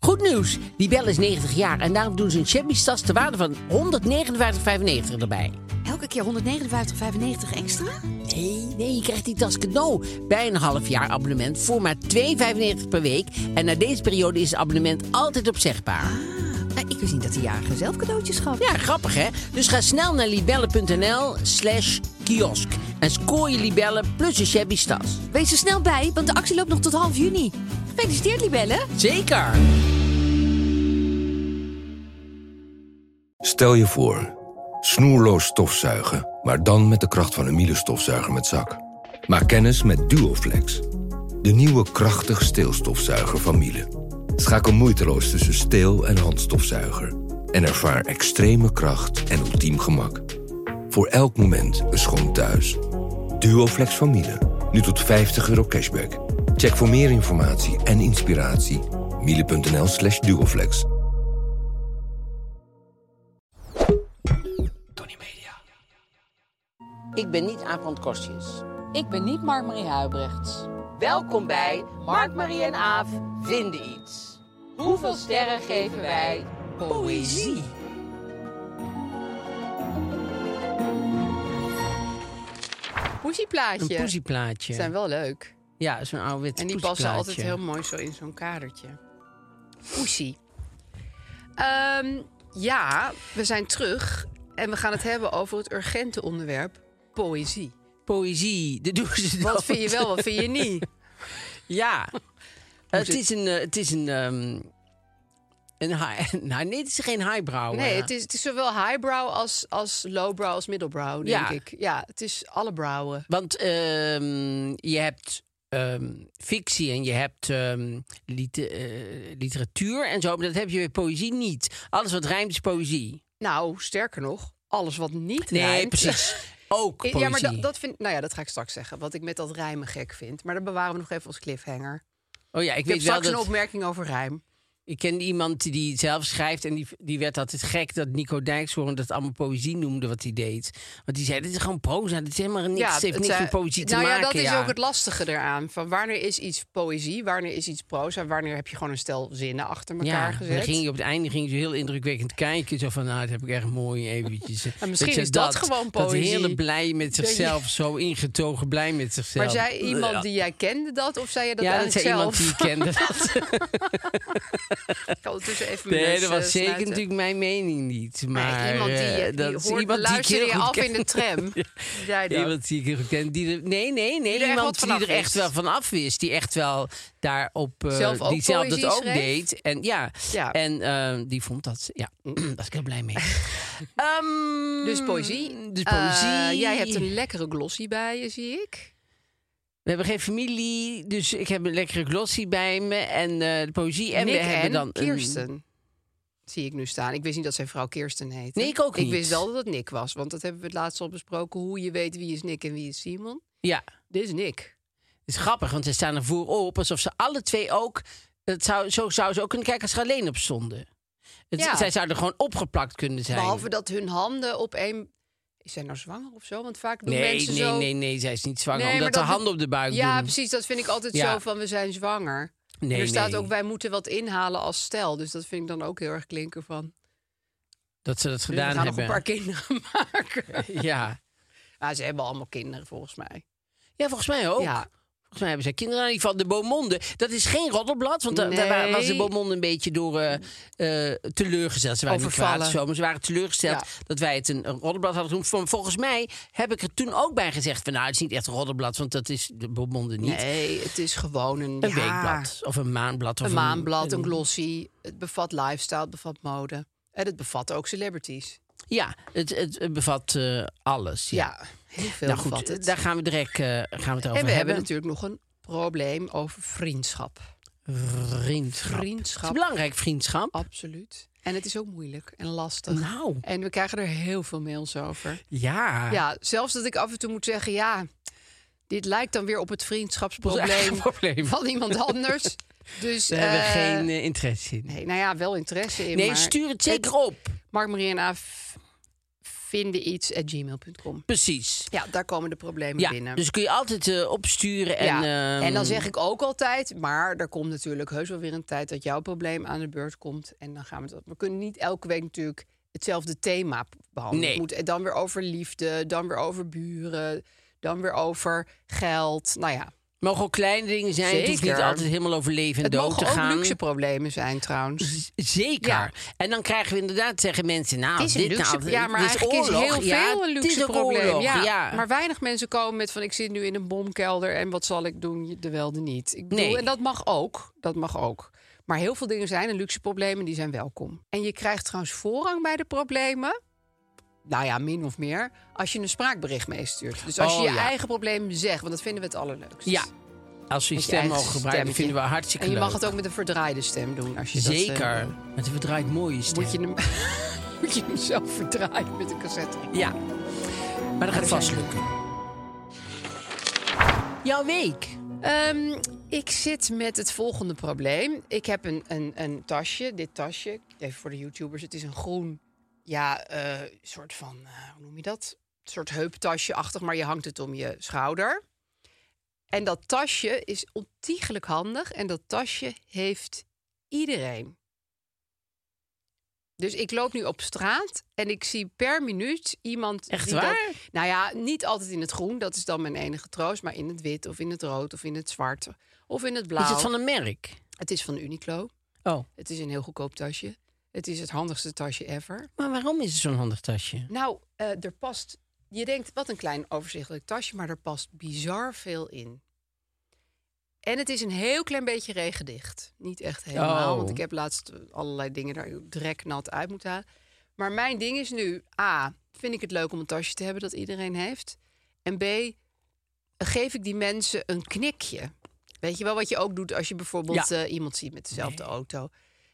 Goed nieuws. Die bel is 90 jaar en daarom doen ze een Chemie tas ter waarde van 159,95 erbij. Elke keer 159,95 extra? Nee, nee, je krijgt die tas cadeau bij een half jaar abonnement voor maar 2,95 per week. En na deze periode is het abonnement altijd opzegbaar. Nou, ik wist niet dat de jarige zelf cadeautjes gaf. Ja, grappig hè? Dus ga snel naar libellen.nl slash kiosk en scoor je libellen plus een shabby tas. Wees er snel bij, want de actie loopt nog tot half juni. Gefeliciteerd, Libelle. Zeker! Stel je voor, snoerloos stofzuigen, maar dan met de kracht van een Miele stofzuiger met zak. Maak kennis met Duoflex, de nieuwe krachtig steelstofzuiger van Miele. Schakel moeiteloos tussen steel- en handstofzuiger en ervaar extreme kracht en ultiem gemak. Voor elk moment een schoon thuis. Duoflex van Miele, nu tot 50 euro cashback. Check voor meer informatie en inspiratie miele.nl slash duoflex. Ik ben niet Aaf van Kostjes. Ik ben niet Mark-Marie Huibrechts. Welkom bij Mark, Marie en Aaf vinden iets. Hoeveel sterren geven wij poëzie? Een Poesieplaatje. poesieplaatje. zijn wel leuk. Ja, zo'n ouderwets En die passen altijd poesieplaatje. heel mooi zo in zo'n kadertje. Poesie. Ehm, ja, we zijn terug. En we gaan het hebben over het urgente onderwerp poëzie. Poëzie, dat doen ze dan. Wat vind je wel, wat vind je niet? Ja. het, is een, eh, het is een... ehm, een high, nou, nee, het is geen highbrow. Nee, eh. het is, het is zowel highbrow als, als lowbrow als middelbrow, denk Ja. ik. Ja, het is alle brouwen. Want ehm, je hebt ehm, fictie en je hebt ehm, lite- eh, literatuur en zo. Maar dat heb je bij poëzie niet. Alles wat rijmt is poëzie. Nou, sterker nog, alles wat niet Nee, rijmt- precies. Ook poëzie. Ja, maar dat, dat vind Nou ja, dat ga ik straks zeggen. Wat ik met dat rijmen gek vind. Maar dat bewaren we nog even als cliffhanger. oh ja, ik, Ik heb weet wel straks dat... een opmerking over rijm. Ik ken iemand die het zelf schrijft en die, die werd altijd gek dat Nico Dijkshoorn dat allemaal poëzie noemde wat hij deed. Want die zei, dit is gewoon proza, dit is helemaal niks, het heeft het niks zijn- met poëzie te nou maken. ja, dat is ook het lastige eraan. Van wanneer is iets poëzie, wanneer is iets proza, wanneer heb je gewoon een stel zinnen achter elkaar ja, gezet. dan ging je op het einde ging je heel indrukwekkend kijken. Zo van, nou, dat heb ik echt mooi eventjes. eh, En misschien Weet je, is dat gewoon Dat poëzie. hele blij met Denk je- zichzelf, zo ingetogen blij met zichzelf. maar zei iemand die jij kende dat, of zei je dat Ja, dat eigenlijk zei iemand zelf? die ik kende. dat. Ik kan ondertussen even mijn Nee, neus, dat eh, was zeker snuiten. natuurlijk mijn mening niet. Nee, Maar iemand die, eh, eh, die dat is hoort, iemand die ik luisterde heel je goed af in ken. de tram. Die zei dat. Iemand die ik heel goed ken. Die er, nee, nee, nee. Die er echt iemand wat van die er af echt wist. wel van af wist. Die echt wel daarop. eh, Zelf ook die zelf dat poëzie ook schreef? deed. En ja. Ja. En eh, die vond dat. Ja, daar was ik heel blij mee. Ehm, Dus poëzie. Dus poëzie. Eh, jij hebt een lekkere glossy bij je, zie ik. We hebben geen familie. Dus ik heb een lekkere glossy bij me. En eh, de poëzie. En Nick we hebben en dan. een- Kirsten. Zie ik nu staan. Ik wist niet dat zijn vrouw Kirsten heet. Nee, ik ook Ik niet. wist wel dat het Nick was, want dat hebben we het laatst al besproken. Hoe je weet wie is Nick en wie is Simon. ja. Dit is Nick. Het is grappig, want ze staan er voorop alsof ze alle twee ook. Dat zou, zo zou ze ook kunnen kijken als ze er alleen op stonden. Het, Ja. Zij zouden gewoon opgeplakt kunnen zijn. Behalve dat hun handen op één... Is zij nou zwanger of zo? Want vaak doen nee, mensen nee, zo... nee, nee, zij is niet zwanger. Nee, omdat de maar dat- hand op de buik Ja, doen. precies. Dat vind ik altijd Ja. zo van we zijn zwanger. Nee, en er staat nee. ook wij moeten wat inhalen als stel. Dus dat vind ik dan ook heel erg klinken van... Dat ze dat We gaan gedaan nog een hebben. paar kinderen maken. Ja. Maar ze hebben allemaal kinderen volgens mij. ja, volgens mij ook. Ja. Volgens mij hebben zij kinderen. In ieder geval de Beaumonde. Dat is geen roddelblad. Want da- daar wa- was de Nee. Beaumonde een beetje door eh, eh, teleurgesteld. Ze waren niet Overvallen. kwaad of zo, maar ze waren teleurgesteld Ja. dat wij het een, een roddelblad hadden genoemd. Vol- Volgens mij heb ik er toen ook bij gezegd van nou, het is niet echt een roddelblad, want dat is de Beaumonde niet. Nee, het is gewoon een... Een ja, weekblad of een maandblad. Of een maanblad, een een- glossy. Het bevat lifestyle, het bevat mode. En het bevat ook celebrities. Ja, het, het bevat eh, alles. Ja. Ja, heel veel nou goed, bevat het. daar gaan we direct eh, gaan we het over en we hebben hebben. natuurlijk nog een probleem over vriendschap. Vriendschap. Het is Vriendschap, belangrijk, vriendschap. absoluut. En het is ook moeilijk en lastig. Nou, En we krijgen er heel veel mails over. ja. Ja, zelfs dat ik af en toe moet zeggen, ja, dit lijkt dan weer op het Ons vriendschapsprobleem eigen probleem. van iemand anders. Dus Daar hebben we eh, geen eh, interesse in. Nee, nou ja, wel interesse in. Nee, maar stuur het zeker op. Mark Marie en Aaf vindeniets.gmail.com. Precies. Ja, daar komen de problemen Ja, binnen. dus kun je altijd eh, opsturen. En, ja. en dan ehm, zeg ik ook altijd, maar er komt natuurlijk heus wel weer een tijd dat jouw probleem aan de beurt komt. En dan gaan we dat. We kunnen niet elke week natuurlijk hetzelfde thema behandelen. Nee. Het moet dan weer over liefde, dan weer over buren, dan weer over geld. Nou ja, mogen ook kleine dingen zijn. Het hoeft niet Zeker. altijd helemaal over leven en het dood te mogen ook gaan. luxe problemen zijn trouwens. Z- Zeker. Ja. En dan krijgen we inderdaad zeggen mensen, nou, Het is een dit luxe, nou, ja, maar dit is eigenlijk is oorlog. heel Ja, veel een het luxe is ook probleem. oorlog, ja. ja. Maar weinig mensen komen met van ik zit nu in een bomkelder en wat zal ik doen? Je- De wel, de niet. Ik bedoel, Nee. En dat mag ook, dat mag ook. Maar heel veel dingen zijn een luxe probleem en die zijn welkom. En je krijgt trouwens voorrang bij de problemen. Nou ja, min of meer. Als je een spraakbericht meestuurt. Dus als Oh, je je ja. eigen probleem zegt, want dat vinden we het allerleukst. Ja. Als we je Met je stem eigen mogen gebruiken, stemmetje. vinden we hartstikke En je leuk. mag het ook met een verdraaide stem doen. Als je dat, eh, Zeker. Met een verdraaid mooie stem. moet, je hem, moet je hem zelf verdraaien met een cassette. Ja. Maar dat gaat vast lukken. Jouw week. Ehm, ik zit met het volgende probleem. Ik heb een, een, een tasje, dit tasje. Even voor de YouTubers, het is een groen, ja, eh, soort van, eh, hoe noem je dat? Een soort heuptasje-achtig, maar je hangt het om je schouder. En dat tasje is ontiegelijk handig en dat tasje heeft iedereen. Dus ik loop nu op straat en ik zie per minuut iemand. Echt die dat- waar? nou ja, niet altijd in het groen, dat is dan mijn enige troost, maar in het wit of in het rood of in het zwart of in het blauw. Is het van een merk? Het is van Uniqlo. Oh. Het is een heel goedkoop tasje. Het is het handigste tasje ever. Maar waarom is het zo'n handig tasje? Nou, eh, er past. Je denkt wat een klein overzichtelijk tasje, maar er past bizar veel in. En het is een heel klein beetje regendicht. Niet echt helemaal, Oh. want ik heb laatst eh, allerlei dingen daar dreknat uit moeten halen. Maar mijn ding is nu: A. Vind ik het leuk om een tasje te hebben dat iedereen heeft? En B. Geef ik die mensen een knikje? Weet je wel wat je ook doet als je bijvoorbeeld eh, iemand ziet met dezelfde auto?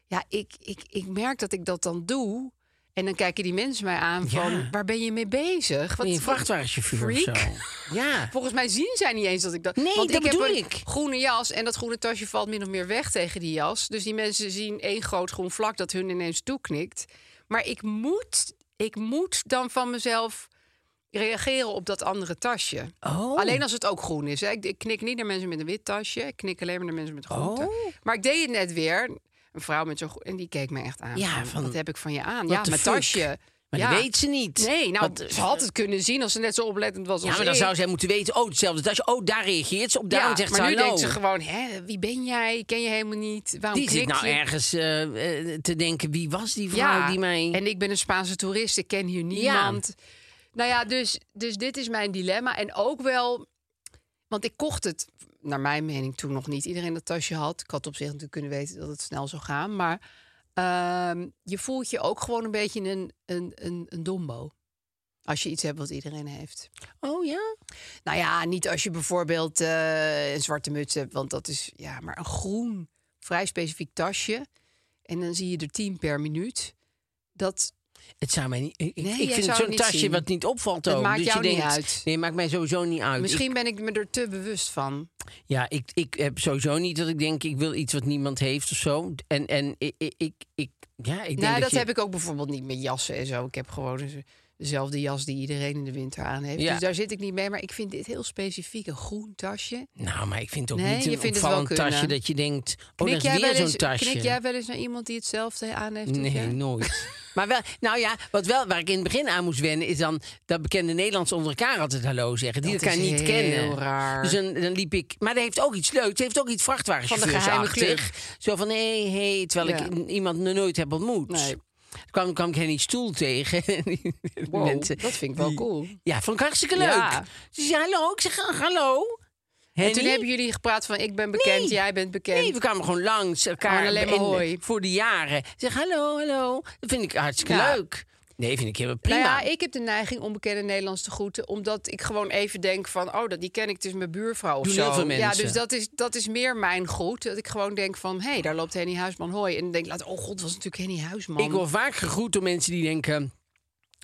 Ja, ik, ik, ik merk dat ik dat dan doe. En dan kijken die mensen mij aan van, Ja. waar ben je mee bezig? Ben je een wat- vrachtwagenchauffeur of zo? freak? Ja. Volgens mij zien zij niet eens dat ik dat... Nee, want dat ik bedoel heb een ik. groene jas en dat groene tasje valt min of meer weg tegen die jas. Dus die mensen zien één groot groen vlak dat hun ineens toeknikt. Maar ik moet, ik moet dan van mezelf reageren op dat andere tasje. Oh. Alleen als het ook groen is. Hè. Ik, ik knik niet naar mensen met een wit tasje. Ik knik alleen maar naar mensen met een groen Oh. tasje. Maar ik deed het net weer. Een vrouw met zo'n groen... En die keek me echt aan. Ja, van, van, wat heb ik van je aan? what Ja, the mijn fuck? tasje. Maar ja. dat weet ze niet. Nee, nou, Want, eh, ze had het kunnen zien als ze net zo oplettend was Ja, als maar dan ik. zou zij moeten weten, oh, hetzelfde tasje. Oh, daar reageert ze op. Daarom Ja, zegt maar ze nu hallo. denkt ze gewoon, hè, wie ben jij? Ik Ken je helemaal niet? Waarom Die zit knik nou je? ergens eh, eh, te denken, wie was die vrouw Ja, die mij... en ik ben een Spaanse toerist, ik ken hier niemand. Nou ja, dus, dus dit is mijn dilemma. En ook wel, want ik kocht het, naar mijn mening, toen nog niet iedereen dat tasje had. Ik had op zich natuurlijk kunnen weten dat het snel zou gaan. Maar ehm, je voelt je ook gewoon een beetje een, een, een, een dombo. Als je iets hebt wat iedereen heeft. Oh ja? Nou ja, niet als je bijvoorbeeld eh, een zwarte muts hebt, want dat is ja, maar een groen, vrij specifiek tasje. En dan zie je er tien per minuut. Dat, Het zou mij niet... Ik, ik Nee, jij vind zou het het zo'n niet tasje zien. wat niet opvalt Het ook. maakt dus jou je niet denkt, uit. Nee, maakt mij sowieso niet uit. misschien ben ik me er te bewust van. Ik- ja, ik, ik heb sowieso niet dat ik denk, ik wil iets wat niemand heeft of zo. En, en ik... ik, ik, ik- ja, ik denk nou, dat, je- heb ik ook bijvoorbeeld niet met jassen en zo. Ik heb gewoon eens dezelfde jas die iedereen in de winter aan heeft. Ja. Dus daar zit ik niet mee. Maar ik vind dit heel specifiek een groen tasje. Nou, maar ik vind het ook Nee, niet je een vindt het wel opvallend tasje kunnen. dat je denkt... Oh, dat is jij weer wel zo'n eens- tasje. knik jij wel eens naar iemand die hetzelfde aan heeft? als Nee, jij? nooit. maar wel, nou ja, wat wel, waar ik in het begin aan moest wennen, is dan dat bekende Nederlands onder elkaar altijd hallo zeggen. Die Dat elkaar is niet heel kennen. raar. Dus dan, dan liep ik. Maar dat heeft ook iets leuks. Het heeft ook iets Van de geheime vrachtwagenchauffeursachtig. Zo van hé, hey, hey, terwijl Ja. ik n- iemand nog nooit heb ontmoet. Nee. Toen kwam, kwam ik Henny Stoel tegen. Die Wow, mensen- dat vind ik wel die- cool. Ja, vond ik hartstikke leuk. Ja. Ze zei hallo. Ik zeg hallo. En toen Henny? hebben jullie gepraat van ik ben bekend, Nee. jij bent bekend. Nee, we kwamen gewoon langs elkaar Gewoon alleen maar in- hoi. voor de jaren. Zeg hallo, hallo. Dat vind ik hartstikke Ja. leuk. Nee, vind ik helemaal prima. Nou ja, ik heb de neiging om bekende Nederlands te groeten. Omdat ik gewoon even denk van, oh, dat, die ken ik, het is mijn buurvrouw of Doen zo. heel veel Ja, mensen. dus dat is, dat is meer mijn groet. Dat ik gewoon denk van, hé, hey, daar loopt Henny Huisman, hoi. En dan denk ik later, oh god, was natuurlijk Henny Huisman. Ik word vaak gegroet door mensen die denken...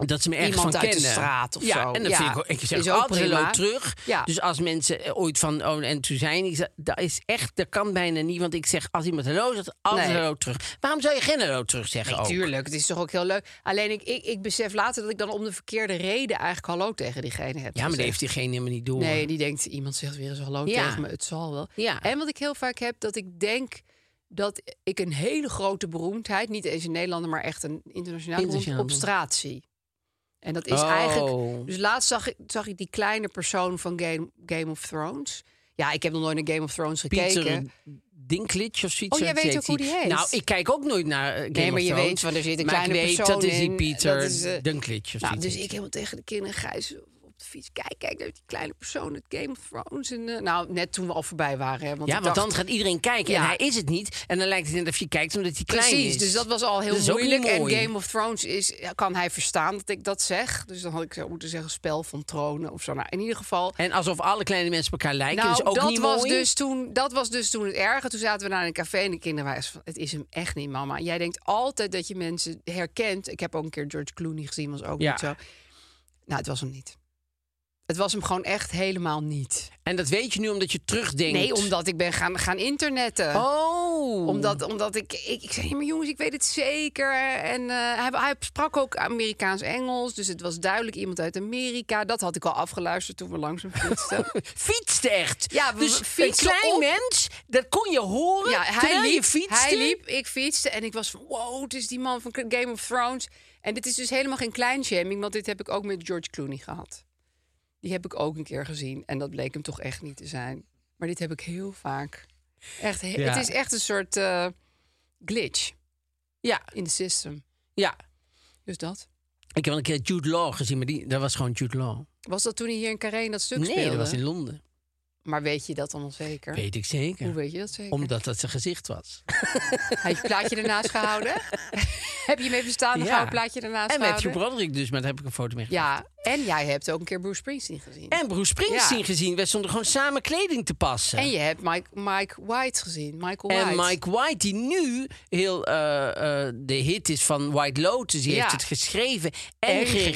Dat ze me ergens Iemand van uit de kennen. straat of ja, zo. En dat Ja, vind ik, ook- ik zeg is ook altijd prima. leuk terug. Ja. Dus als mensen eh, ooit van oh, en toen zijn, ik zeg, dat is echt, dat kan bijna niet. Want ik zeg, als iemand hallo zegt, altijd Nee. hallo terug. Waarom zou je geen hallo terug zeggen? ook? Natuurlijk, het is toch ook heel leuk. Alleen ik, ik, ik besef later dat ik dan om de verkeerde reden eigenlijk hallo tegen diegene heb. Ja, maar dat gezegd. heeft diegene helemaal niet door. Nee, die denkt, iemand zegt weer eens hallo Ja. tegen me, het zal wel. Ja. En wat ik heel vaak heb, dat ik denk dat ik een hele grote beroemdheid, niet eens in Nederland, maar echt een internationaal beroemd, Internationaal op straat zie. En dat is Oh. eigenlijk... Dus laatst zag ik, zag ik die kleine persoon van Game, Game of Thrones. Ja, ik heb nog nooit naar Game of Thrones gekeken. Pieter Dinklage of zoiets. Oh, jij dat weet heet ook hoe hij. die heet. Nou, ik kijk ook nooit naar eh, Game Nee, maar of je Thrones, weet, want er zit een maar ik kleine weet, persoon dat is die in, Pieter dat is, eh, Dinklage of Nou, zoiets dus ik heet helemaal tegen de kinderen grijs op de fiets. Kijk, kijk, daar is die kleine persoon uit Game of Thrones. En, eh, nou, net toen we al voorbij waren. Hè, want hij. Ja, ik want dacht, dan gaat iedereen kijken en Ja. hij is het niet. En dan lijkt het net of je kijkt omdat hij klein Precies, is. dus dat was al heel Dat is ook niet moeilijk. En mooi. Game of Thrones is, ja, kan hij verstaan dat ik dat zeg. Dus dan had ik zo moeten zeggen spel van tronen of zo. Nou, in ieder geval. En alsof alle kleine mensen op elkaar lijken, nou, is ook dat, niet was mooi. Dus toen, dat was dus toen het erge. Toen zaten we daar in een café en de kinderen waren van... het is hem echt niet, mama. Jij denkt altijd dat je mensen herkent. Ik heb ook een keer George Clooney gezien, was ook Ja. niet zo. Nou, het was hem niet. Het was hem gewoon echt helemaal niet. En dat weet je nu omdat je terugdenkt. Nee, omdat ik ben gaan, gaan internetten. Oh. Omdat, omdat ik, ik, ik zei, "Ja, maar jongens, ik weet het zeker. En eh, hij, hij sprak ook Amerikaans-Engels. Dus het was duidelijk iemand uit Amerika. Dat had ik al afgeluisterd toen we langzaam fietsten. Fietste echt. Ja, we- dus we fietsen een klein op. mens, dat kon je horen ja, terwijl hij je liep, fietste. hij liep, ik fietste. En ik was van, wow, het is die man van Game of Thrones. En dit is dus helemaal geen kleinshaming. Want dit heb ik ook met George Clooney gehad. Die heb ik ook een keer gezien. En dat bleek hem toch echt niet te zijn. Maar dit heb ik heel vaak. Echt, he- Ja. Het is echt een soort eh, glitch Ja, in the system. ja. Dus dat. Ik heb wel een keer Jude Law gezien, maar die, dat was gewoon Jude Law. Was dat toen hij hier in Carré in dat stuk Nee, speelde? dat was in Londen. Maar weet je dat dan al zeker? Weet ik zeker. Hoe weet Ah, je dat zeker? Omdat dat zijn gezicht was. Hij heeft het plaatje ernaast gehouden. heb je mee bestaan? Ja. Dan gaan we het plaatje ernaast En houden. Matthew Broderick dus, maar daar heb ik een foto mee gemaakt. Ja, en jij hebt ook een keer Bruce Springsteen gezien. En Bruce Springsteen Ja. gezien. Wij stonden gewoon samen kleding te passen. En je hebt Mike, Mike White gezien. Michael White. En Mike White, die nu heel eh, eh, de hit is van White Lotus, die Ja. heeft het geschreven en, En geregisseerd.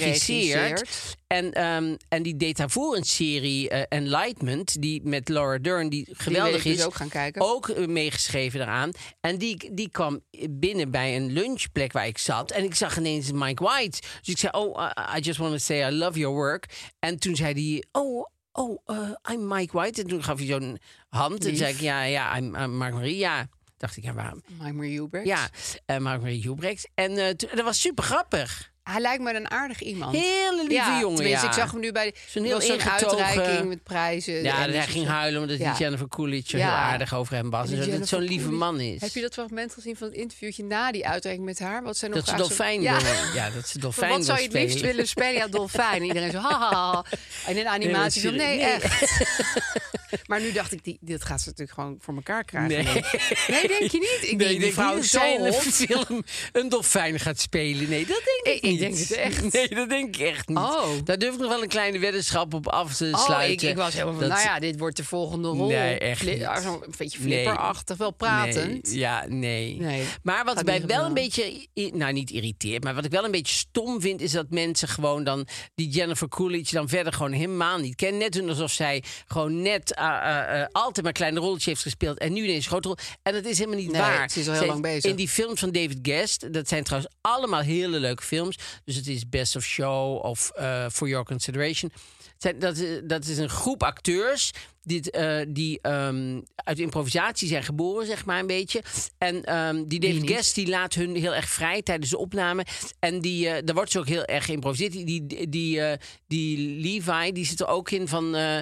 geregisseerd. En, ehm, en die deed daarvoor een serie eh, Enlightenment, die met Laura Dern, die geweldig wil is, ik dus ook gaan kijken. ook, eh, meegeschreven daaraan. En die, die kwam binnen bij een lunchplek waar ik zat en ik zag ineens Mike White. Dus ik zei, oh, I- I just want to say I love your work. En toen zei hij, oh. Oh, eh, I'm Mike White. En toen gaf hij zo'n hand. En toen zei ik, ja, ja, I'm, I'm Mark Marie. Ja, dacht ik, ja, waarom? Mike Marie Hubert. Ja, eh Mark Marie Hubrecht. En eh, toen- dat was super grappig. Hij lijkt me een aardig iemand. Hele lieve ja, jongen, tenminste, ja. ik zag hem nu bij Zo'n zo'n heel zo'n ingetogen- uitreiking met prijzen. Ja, en dat hij zo- ging huilen omdat Ja. die Jennifer Coolidge Ja. heel aardig over hem was. En En die zo, dat het Jennifer zo'n lieve Coolidge. man is. Heb je dat fragment gezien van het interviewtje na die uitreiking met haar? Wat zijn nog dat ze graag zo- dolfijn Ja. willen. Ja, dat ze dolfijn Maar wat zou je het wil liefst spelen. willen spelen? Ja, dolfijn. En iedereen zo, ha, ha, ha. En in animatie zo, Nee, nee, natuurlijk. echt. maar nu dacht ik, die, dit gaat ze natuurlijk gewoon voor elkaar krijgen. Nee. Nee, denk je niet? Ik denk, die niet vrouw dat is zo zij in een hot. film een dolfijn gaat spelen. Nee, dat denk ik, Ik- ik niet. denk het echt. Nee, dat denk ik echt niet. Oh. Daar durf ik nog wel een kleine weddenschap op af te Oh, ik, sluiten. ik was helemaal van, Dat- nou ja, dit wordt de volgende rol. Nee, echt Fli- niet. ah, zo'n Een beetje Nee. flipperachtig, wel pratend. Nee, ja, nee. Nee, Maar wat gaat mij niet wel een gebeuren. beetje, i- nou niet irriteert, maar wat ik wel een beetje stom vind, is dat mensen gewoon dan die Jennifer Coolidge dan verder gewoon helemaal niet kennen. Net doen alsof zij gewoon net eh, eh, eh, altijd maar kleine rolletje heeft gespeeld en nu ineens een grote rol. En dat is helemaal niet Nee, waar. ze is al heel Zij- lang bezig. In die films van David Guest, dat zijn trouwens allemaal hele leuke films. Dus het is Best of Show of eh, For Your Consideration. Het zijn- dat, is- dat is een groep acteurs dit, eh, die ehm, uit improvisatie zijn geboren, zeg maar een beetje. En ehm, die David niet. Guest die laat hun heel erg vrij tijdens de opname. En die, eh, daar wordt ze ook heel erg geïmproviseerd. Die, die, die, eh, die Levi, die zit er ook in van, eh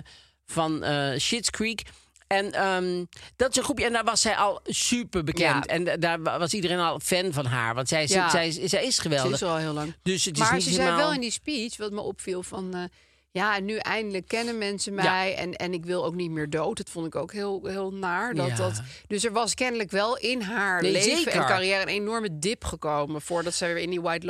van eh Schitt's Creek. En ehm, dat is een groepje. En daar was zij al super bekend. Ja. En da- daar wa- was iedereen al fan van haar. Want zij is, Ja. zij, is- zij is Ze geweldig. is er al heel lang. Dus het is maar niet ze helemaal... zei wel in die speech, wat me opviel van... eh, Ja, en nu eindelijk kennen mensen mij. En, en ik wil ook niet meer dood. Dat vond ik ook heel, heel naar. Dat, Ja. dat, dus er was kennelijk wel in haar Nee, leven zeker. en carrière een enorme dip gekomen. voordat zij weer in die White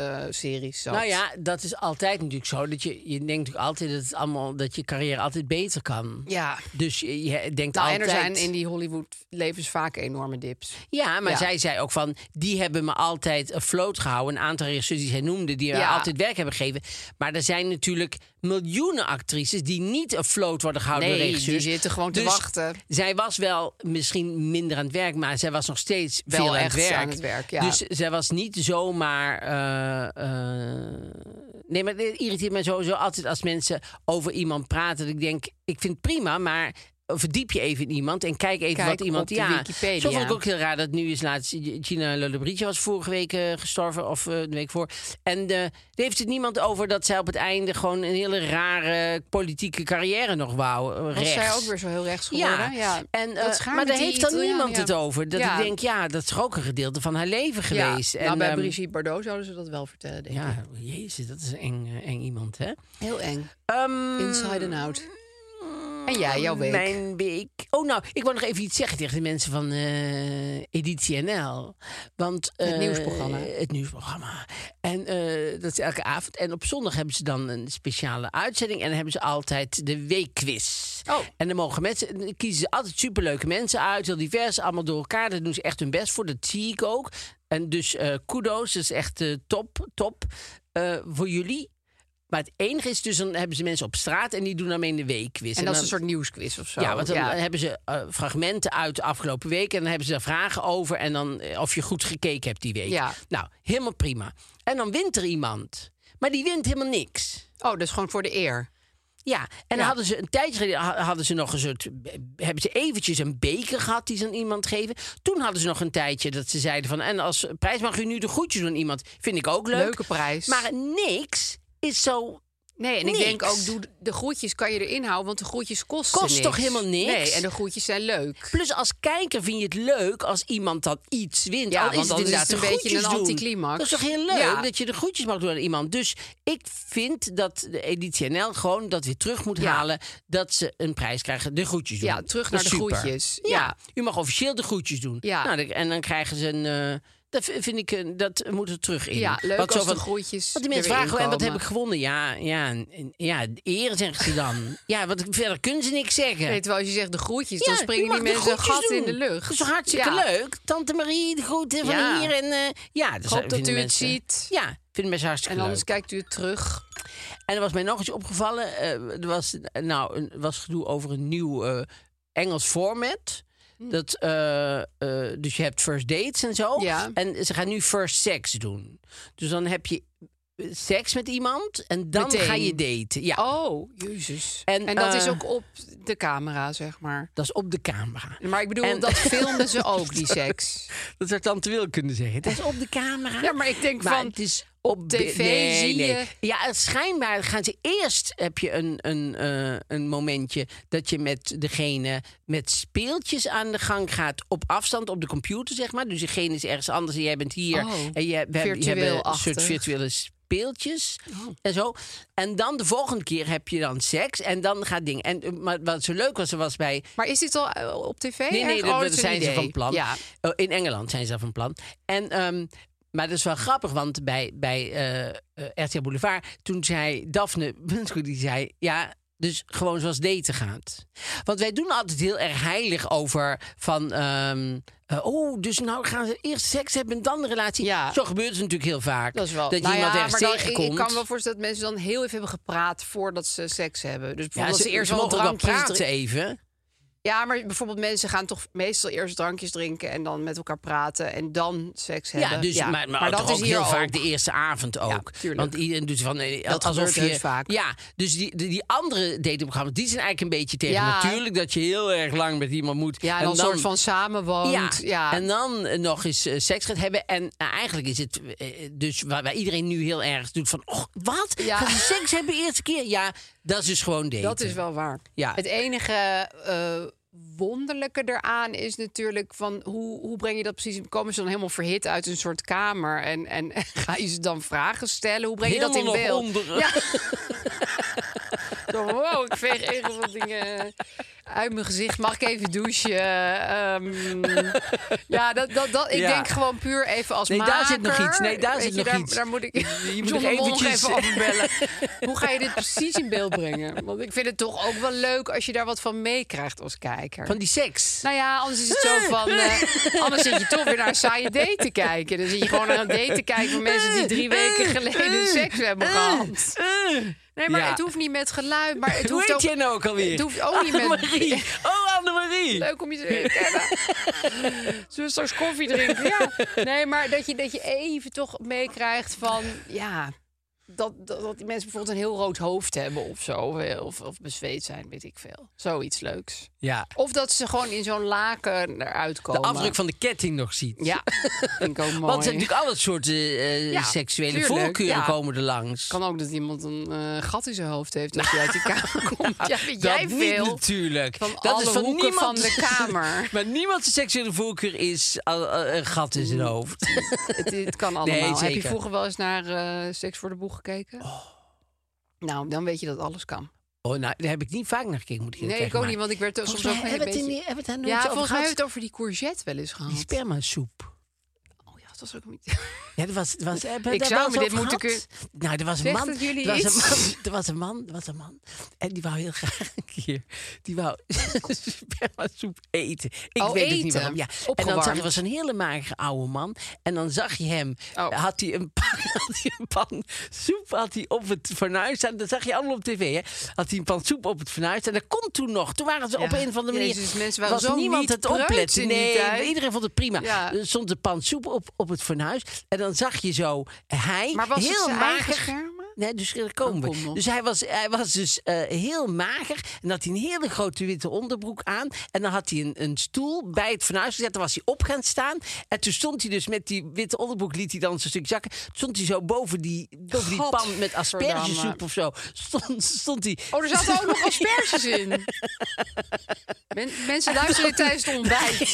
Lotus-serie zat. Nou ja, dat is altijd natuurlijk zo. Dat je, je denkt natuurlijk altijd dat, het allemaal, dat je carrière altijd beter kan. Ja. Dus je, je denkt Nou, en altijd... er zijn in die Hollywood-levens vaak enorme dips. Ja, maar Ja. zij zei ook van, die hebben me altijd afloat gehouden. Een aantal regisseurs die zij noemde, die haar Ja. altijd werk hebben gegeven. Maar er zijn natuurlijk miljoenen actrices die niet afloat worden gehouden door Nee, die regisseurs. zitten gewoon te Dus wachten. Zij was wel misschien minder aan het werk, maar zij was nog steeds Wel veel aan het echt werk. aan het werk, ja. Dus zij was niet zomaar. eh, eh, nee, maar het irriteert me sowieso altijd als mensen over iemand praten. Dat ik denk, ik vind het prima, maar verdiep je even in iemand en kijk even Kijk wat iemand. op de ja, Wikipedia. zo vond ik ook heel raar dat nu is laatst eh, Gina Lollobrigida was vorige week eh, gestorven of eh, de week voor. En eh, daar heeft het niemand over dat zij op het einde gewoon een hele rare politieke carrière nog wou. eh, Was zij rechts. ook weer zo heel rechts geworden? Ja. En, eh, Dat is gaar maar met daar die heeft dan Italianen, niemand ja. het over. Dat Ja. ik denk, ja, dat is toch ook een gedeelte van haar leven geweest. Ja. Nou, bij ehm, Brigitte Bardot zouden ze dat wel vertellen, denk ik. ja, jezus, dat is een eng, eh, eng iemand, hè? Heel eng. Ehm, Inside and out. En jij, jouw week? Mijn week. Oh, nou, ik wil nog even iets zeggen tegen de mensen van eh Editie NL. Want, Het eh, nieuwsprogramma. Het nieuwsprogramma. En eh, dat is elke avond. En op zondag hebben ze dan een speciale uitzending. En dan hebben ze altijd de weekquiz. Oh. En dan mogen mensen, dan kiezen ze altijd superleuke mensen uit. Heel divers, allemaal door elkaar. Daar doen ze echt hun best voor. Dat zie ik ook. En dus eh, kudos, dat is echt eh, top, top. eh, voor jullie. Maar het enige is dus, dan hebben ze mensen op straat en die doen daarmee in de weekquiz. En dat is dan- een soort nieuwsquiz of zo. ja, want dan hebben ze eh, fragmenten uit de afgelopen week en dan hebben ze daar vragen over en dan eh, of je goed gekeken hebt die week. Ja. Nou, helemaal prima. En dan wint er iemand, maar die wint helemaal niks. Oh, dus gewoon voor de eer. Ja, en dan hadden ze een tijdje geleden ha- hadden ze nog een soort. Hebben ze eventjes een beker gehad die ze aan iemand geven. Toen hadden ze nog een tijdje dat ze zeiden van. En als prijs mag u nu de groetjes doen aan iemand. Vind ik ook leuk. Leuke prijs. Maar niks is zo. Nee, en ik Niks. denk ook, doe de groetjes kan je erin houden, want de groetjes kosten Kost niks. toch helemaal niks? Nee, en de groetjes zijn leuk. Plus als kijker vind je het leuk als iemand dan iets wint. Ja, Al want is het dan is inderdaad het een de beetje groetjes een doen. anticlimax. Dat is toch heel leuk Ja. dat je de groetjes mag doen aan iemand. Dus ik vind dat de editie NL gewoon dat weer terug moet Ja. halen. Dat ze een prijs krijgen. De groetjes doen. Ja, terug Dat naar is de super. groetjes. Ja. Ja. u mag officieel de groetjes doen. Ja. Nou, dan- en dan krijgen ze een. eh, dat v- vind ik, een- dat moet er terug in. Ja, leuk Want zo als de van- groetjes Want die mensen erin vragen, oh, en wat heb komen. ik gewonnen? Ja, ja, en- en- ja, eer zeggen ze dan. ja, want verder kunnen ze niks zeggen. Nee, terwijl als je zegt de groetjes, Ja, dan u springen mag die de mensen een groetjes gat in doen. de lucht. Dat is toch hartstikke Ja. leuk? Tante Marie, de groeten van Ja. hier. En, eh, ja, dat Hoop zijn- dat vinden u het mensen- ziet. Ja, vinden mensen hartstikke En anders leuk. kijkt u het terug. En er was mij nog eens opgevallen. eh, er was, eh, nou, een, was gedoe over een nieuw eh, Engels format. Dat, eh, eh, dus je hebt first dates en zo. Ja. En ze gaan nu first sex doen. Dus dan heb je eh, seks met iemand en dan Meteen. ga je daten. Ja, Oh, jezus. En, En, dat eh, is ook op de camera, zeg maar. dat is op de camera. Maar ik bedoel, En- dat filmden ze ook, die seks. Dat zou tante Wil kunnen zeggen. Dat is op de camera. Ja, maar ik denk Maar van, het is op tv zie je- Ja, het schijnbaar gaan ze eerst heb je een, een, eh, een momentje dat je met degene met speeltjes aan de gang gaat op afstand op de computer zeg maar. Dus degene is ergens anders en jij bent hier Oh, en je, we, hebben- je hebben een soort virtueel-achtig. Oh. virtuele speeltjes en zo. En dan de volgende keer heb je dan seks en dan gaat ding. En eh, maar wat zo leuk was, er was bij Maar is dit al eh, op tv? Nee, nee, erg? dat, Oh, dat is een zijn ze idee. van plan. Ja. Oh, in Engeland zijn ze van plan. En, ehm, maar dat is wel grappig, want bij, bij eh, eh, RTL Boulevard... toen zei Daphne Bunsko, die zei... ja, dus gewoon zoals daten gaat. Want wij doen altijd heel erg heilig over van... ehm, eh, oh, dus nou gaan ze eerst seks hebben en dan een relatie. Ja. Zo gebeurt het natuurlijk heel vaak. Dat is wel. je nou iemand ja, ergens maar dan- ik- tegenkomt. Ik, kan me wel voorstellen dat mensen dan heel even hebben gepraat voordat ze seks hebben. Dus ja, bijvoorbeeld ze, dat ze eerst ze wel mogen wel drankjes praten drinken. even. Ja, maar bijvoorbeeld mensen gaan toch meestal eerst drankjes drinken en dan met elkaar praten en dan seks hebben. Ja, dus, Maar, maar, dat is heel vaak de eerste avond ook. tuurlijk. Want iedereen doet van eh, Dat alsof gebeurt je heus vaak. ja, dus die, die, die andere datingprogramma's die zijn eigenlijk een beetje tegen Ja. natuurlijk dat je heel erg lang met iemand moet Ja, en, dan, soort van ja, samenwoont. Ja. en dan eh, nog eens eh, seks gaat hebben. En eh, eigenlijk is het eh, dus waar, waar iedereen nu heel erg doet van... Och, wat? Ja. Gaan ze seks hebben de eerste keer? Ja, dat is dus gewoon daten. Dat is wel waar. Ja. Het enige eh, wonderlijke eraan is natuurlijk van hoe, hoe breng je dat precies? in- Komen ze dan helemaal verhit uit een soort kamer en, en ga je ze dan vragen stellen? Hoe breng je dat in Helemaal nog beeld? onder- Ja. Zo, wow, ik veeg even wat dingen uit mijn gezicht. Mag ik even douchen? Ehm, ja, dat, dat, dat, ik Ja. denk gewoon puur even als Nee, daar maker. zit nog iets. Nee, daar Weet zit je, nog daar, iets. Daar moet ik Je moet John nog de Mol nog eventjes- even afbellen. Hoe ga je dit precies in beeld brengen? Want ik vind het toch ook wel leuk als je daar wat van meekrijgt als kijker. Van die seks. Nou ja, anders is het zo van... eh, anders zit je toch weer naar een saaie date te kijken. Dan zit je gewoon naar een date te kijken van mensen die drie weken geleden seks hebben gehad. Nee, maar Ja. het hoeft niet met geluid. Maar het Eh, Hoe hoeft heet ook... jij nou ook alweer? Het hoeft ook niet met- Annemarie. Oh, Annemarie. Leuk om je te leren kennen. Zullen we straks koffie drinken? Ja. Nee, maar dat je, dat je even toch meekrijgt van... Ja, dat, dat, dat die mensen bijvoorbeeld een heel rood hoofd hebben of zo. Of, of bezweet zijn, weet ik veel. Zoiets leuks. Ja. Of dat ze gewoon in zo'n laken eruit De komen. afdruk van de ketting nog ziet. Ja, vind ik ook mooi. Want er zijn natuurlijk alle soorten eh, Ja, seksuele tuurlijk, voorkeuren ja. komen er langs. kan ook dat iemand een eh, gat in zijn hoofd heeft als hij uit die kamer komt. Ja, dat weet jij niet veel. natuurlijk. Van dat alle is van hoeken niemand, van de kamer. maar niemand zijn seksuele voorkeur is al- al- een gat in Mm. zijn hoofd. Het, het kan allemaal. Heb je zeker. vroeger wel eens naar eh, Seks voor de Boeg gekeken? Nou, dan weet je dat alles kan. Oh, nou, daar heb ik niet vaak naar gekeken, moet ik Nee, ik ook niet, want ik werd er soms ook een beetje... hebben we het ja, volgens mij hebben we het over die courgette wel eens gehad. Die spermasoep. Oh ja, dat was ook niet... Ja, dat was, dat was, hebben we Ik daar zou wel eens me dit over moeten gehad? Nou, er was een Zegt man. het jullie er, was iets? een man er was een man. Er was een man. En die wou heel graag een keer. Die wou spermasoep eten. Ik Oh, weet het niet eten. waarom. Ja. En dan Opgewarmd. zag je, was een hele magere oude man. En dan zag je hem. Oh. Had hij een pan, had hij een pan soep had hij op het fornuis staan. Dat zag je allemaal op tv. Hè? Had hij een pan soep op het fornuis staan. Dat komt toen nog. Toen waren ze op Ja. een of andere manier. Jezus, mensen waren was zo niemand niet het preuts opletten. in die Nee, tijd. iedereen vond het prima. Ja. Er stond een pan soep op, op het fornuis. En dan zag je zo hij Maar was het heel zijn eigen mager. schermen? Nee, dus daar komen Oh, kom we. op. Dus hij was, hij was dus eh, heel mager. En had hij een hele grote witte onderbroek aan. En dan had hij een, een stoel bij het fornuis gezet. Dan was hij op gaan staan. En toen stond hij dus met die witte onderbroek, liet hij dan zo'n stuk zakken. Toen stond hij zo boven die, boven die pan met Godverdamme. aspergesoep of zo. Stond, stond hij. Oh, er zaten ook nog asperges in. Men- mensen luisteren dit tijdens het ontbijt.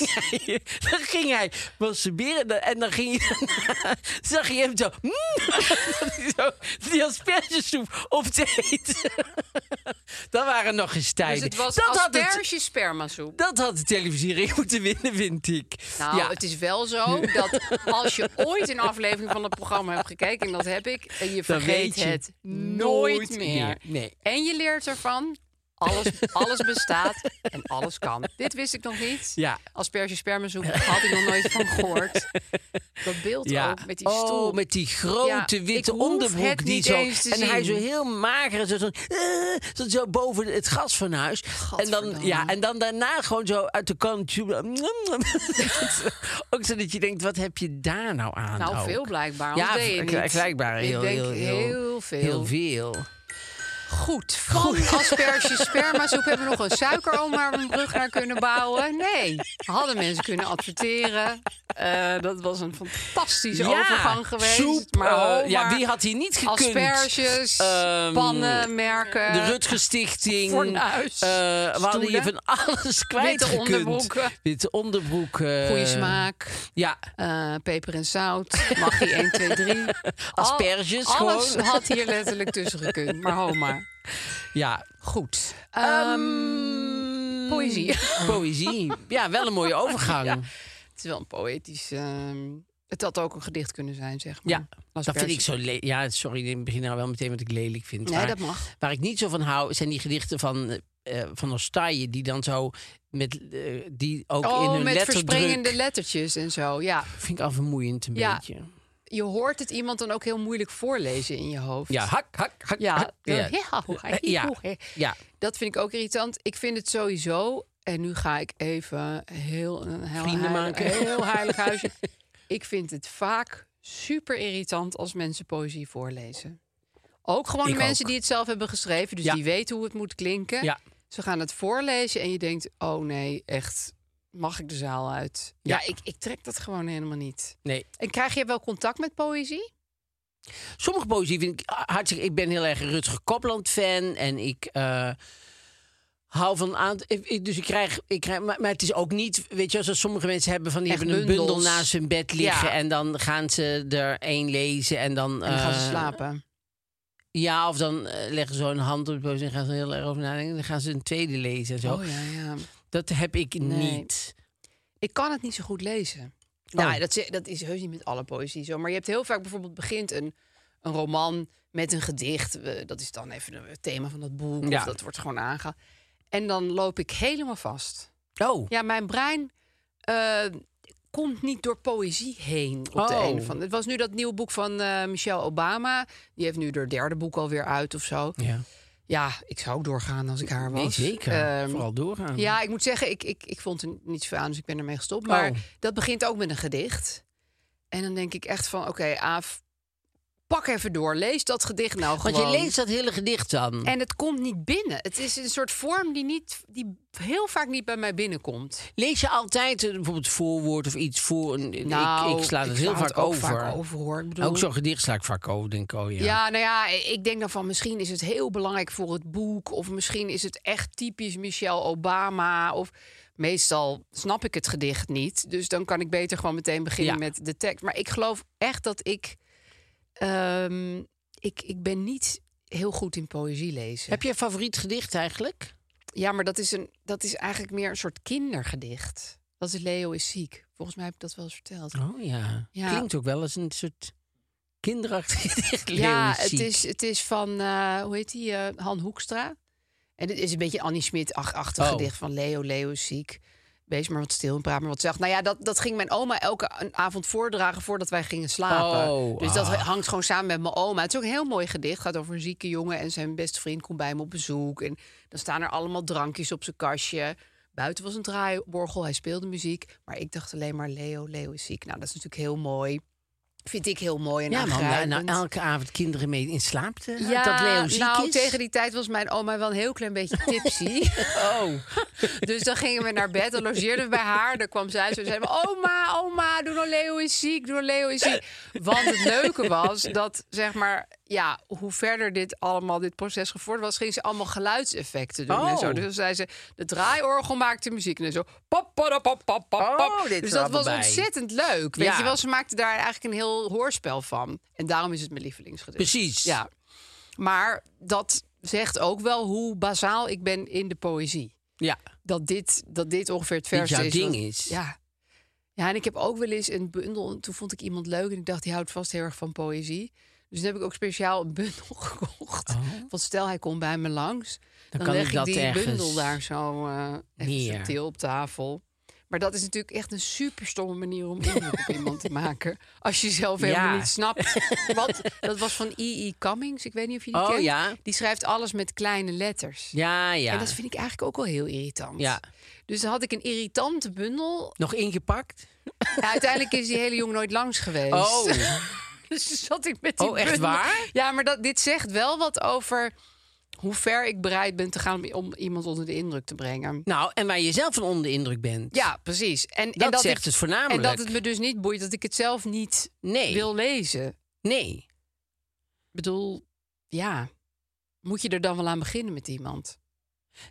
Dan ging hij masturberen en dan- en dan ging hij, zag je hem zo, mm, dat hij zo die aspergesoep op te eten. Dat waren nog eens tijden. Dus het was dat, had het, asperge spermasoep. dat had de televisiering moeten winnen, vind ik. Nou, ja, het is wel zo dat als je ooit een aflevering van het programma hebt gekeken, en dat heb ik, en je dan vergeet weet je het nooit meer. Nee. En je leert ervan, alles, alles bestaat en alles kan. Dit wist ik nog niet. Ja. Asperge spermasoep had ik nog nooit van gehoord. Dat beeld Ja. ook met die oh, stoel. met die grote Ja, witte ik hoef onderbroek het die niet zo en eens te hij zo zien. heel mager en zo, zo, eh, zo, zo boven het gas van huis. En dan, Gadverdamme. ja, en dan daarna gewoon zo uit de kant. Ook zodat je denkt, wat heb je daar nou aan? Nou, ook? veel blijkbaar. Ja, anders deed je gl- niet. blijkbaar. Ik Heel, denk heel, heel, heel veel. Heel veel. Goed, van asperges, spermasoep hebben we nog een suikeroom waar we een brug naar kunnen bouwen. Nee, hadden mensen kunnen adverteren. Eh, dat was een fantastische overgang geweest. Soep, maar eh, ho, ja, maar wie had hier niet gekund? Asperges, Ehm, pannen, merken. De Rutgerstichting. Fornuis, eh, we hadden hier van stoelen. alles kwijtgekund. onderbroeken. Witte onderbroeken. Goede smaak, Ja, eh, peper en zout, magie 1, 2, 3. Asperges Al, alles gewoon. had hier letterlijk tussen gekund, maar ho maar. ja. Goed. Ehm, Mm, Ehm, poëzie. Poëzie. Ja, wel een mooie overgang. Ja, Het is wel een poëtisch. ehm, het had ook een gedicht kunnen zijn, zeg maar. dat vind ik Asperges. zo lelijk. Ja, sorry, ik begin nou wel meteen wat ik lelijk vind. Nee, maar dat mag. Waar ik niet zo van hou, zijn die gedichten van, eh van Ostaje... die dan zo met... eh, die ook in Oh, hun met letterdruk... verspringende lettertjes en zo. Ja, Vind ik al vermoeiend een Ja. beetje. je hoort het iemand dan ook heel moeilijk voorlezen in je hoofd. Ja, hak, hak, hak. hak, Ja, ja. Eh, dan- ja, hoe ga je- Ja. hoe ga je- Ja. dat vind ik ook irritant. Ik vind het sowieso. En nu ga ik even heel een heel Vrienden heilig, maken. heel heilig huisje. ik vind het vaak super irritant als mensen poëzie voorlezen. Ook gewoon Ik de mensen ook. die het zelf hebben geschreven, dus Ja. die weten hoe het moet klinken. Ja. Ze gaan het voorlezen en je denkt: oh nee, echt, mag ik de zaal uit? Ja, Ja. ik, ik trek dat gewoon helemaal niet. Nee. En krijg je wel contact met poëzie? Sommige poëzie vind ik hartstikke... Ik ben heel erg een Rutger Kopland-fan. En ik eh, hou van... Aan, ik- ik- dus ik krijg... Ik krijg maar, maar het is ook niet... Weet je, zoals sommige mensen hebben... van die Echt hebben een bundel bundels. naast hun bed liggen... Ja. en dan gaan ze er één lezen en dan... En dan gaan ze eh, slapen. Ja, of dan eh, leggen ze zo'n hand op de post en gaan ze heel erg over nadenken. Dan gaan ze een tweede lezen en zo. Oh ja, ja. Dat heb ik Nee. niet. Ik kan het niet zo goed lezen. Oh. Nou, ja, dat, is- dat is heus niet met alle poëzie zo. Maar je hebt heel vaak bijvoorbeeld begint een, een roman met een gedicht. We- Dat is dan even het thema van dat boek. Ja. Of dat wordt gewoon aangehaald. En dan loop ik helemaal vast. Oh, Ja, mijn brein eh, komt niet door poëzie heen. Op de Oh. een of andere. Het was nu dat nieuwe boek van eh, Michelle Obama. Die heeft nu haar derde boek alweer uit of zo. ja. Ja, ik zou ook doorgaan als ik haar was. Nee, zeker. Ehm, Vooral doorgaan. ja, ik moet zeggen, ik, ik, ik vond er niets van aan, dus ik ben ermee gestopt. Maar Mhm. Oh. dat begint ook met een gedicht. En dan denk ik echt van, oké, Aaf, pak even door. Lees dat gedicht nou Want gewoon. je leest dat hele gedicht dan. En het komt niet binnen. Het is een soort vorm die, niet, die heel vaak niet bij mij binnenkomt. Lees je altijd eh, bijvoorbeeld voorwoord of iets voor een. ik, ik sla dat heel Nou, het vaak ook over. Nou, vaak over, hoor. Ik bedoel, Ook zo'n gedicht sla ik vaak over, denk ik. Oh, ja. Ja. nou ja, ik denk dan van misschien is het heel belangrijk voor het boek. Of misschien is het echt typisch Michelle Obama. Of meestal snap ik het gedicht niet. Dus dan kan ik beter gewoon meteen beginnen Ja. met de tekst. Maar ik geloof echt dat ik, ehm, ik. Ik ben niet heel goed in poëzie lezen. Heb je een favoriet gedicht eigenlijk? Ja, maar dat is, een, dat is eigenlijk meer een soort kindergedicht. Dat is Leo is ziek. Volgens mij heb ik dat wel eens verteld. Oh ja. Ja. Klinkt ook wel als een soort kinderachtig gedicht. Ja, Leeuwenziek. het is, het is van, eh, hoe heet die, eh, Han Hoekstra. En het is een beetje Annie Smit-achtig Oh. gedicht van Leo, Leo is ziek. Wees maar wat stil en praat maar wat zacht. Nou ja, dat, dat ging mijn oma elke a- avond voordragen voordat wij gingen slapen. Oh, dus dat ah. hangt gewoon samen met mijn oma. Het is ook een heel mooi gedicht. gaat over een zieke jongen en zijn beste vriend komt bij hem op bezoek. En dan staan er allemaal drankjes op zijn kastje. Buiten was een draaiorgel, hij speelde muziek. Maar ik dacht alleen maar, Leo, Leo is ziek. Nou, dat is natuurlijk heel mooi. Vind ik heel mooi en Ja, man, daar nou aangrijpend. elke avond kinderen mee in slaap te dat Leo ziek nou, is. tegen die tijd was mijn oma wel een heel klein beetje tipsy. Oh, dus dan gingen we naar bed, dan logeerden we bij haar. Dan kwam zij zo en zei we, oma, oma, doe nou Leo is ziek, doe nou Leo is ziek. Want het leuke was dat, zeg maar, ja, hoe verder dit allemaal, dit proces gevorderd was... gingen ze allemaal geluidseffecten doen en Oh. zo. Dus dan zei ze, de draaiorgel maakte muziek en dan zo... Pop, pop, pop, pop, pop, Oh, pop. dit dus er dat allemaal was bij. ontzettend leuk. Weet Ja. je wel, ze maakte daar eigenlijk een heel hoorspel van. En daarom is het mijn lievelingsgedicht. precies. Ja. Maar dat zegt ook wel hoe bazaal ik ben in de poëzie. ja. Dat dit, dat dit ongeveer het Dit verste jouw is. ding wat- is. Ja. ja, en ik heb ook wel eens een bundel. En toen vond ik iemand leuk en ik dacht, die houdt vast heel erg van poëzie. Dus dan heb ik ook speciaal een bundel gekocht. Oh. Want stel, hij komt bij me langs. Dan, kan leg ik ik, dat die ergens bundel daar zo eh even neer. subtiel op tafel. Maar dat is natuurlijk echt een super stomme manier om indruk op iemand te maken. Als je zelf helemaal Ja. niet snapt. Want dat was van E.E. Cummings. Ik weet niet of je die Oh, kent. ja. Die schrijft alles met kleine letters. Ja, ja. En dat vind ik eigenlijk ook wel heel irritant. Ja. Dus dan had ik een irritante bundel. Nog ingepakt? Ja, uiteindelijk is die hele jongen nooit langs geweest. Oh, Dus toen zat ik met die Oh, echt bundel. waar? Ja, maar dat, dit zegt wel wat over hoe ver ik bereid ben te gaan om, om iemand onder de indruk te brengen. nou, en waar je zelf van onder de indruk bent. Ja, precies. En Dat en dat zegt ik- het voornamelijk. En dat het me dus niet boeit dat ik het zelf niet Nee, wil lezen. Ik nee. bedoel, ja, moet je er dan wel aan beginnen met iemand?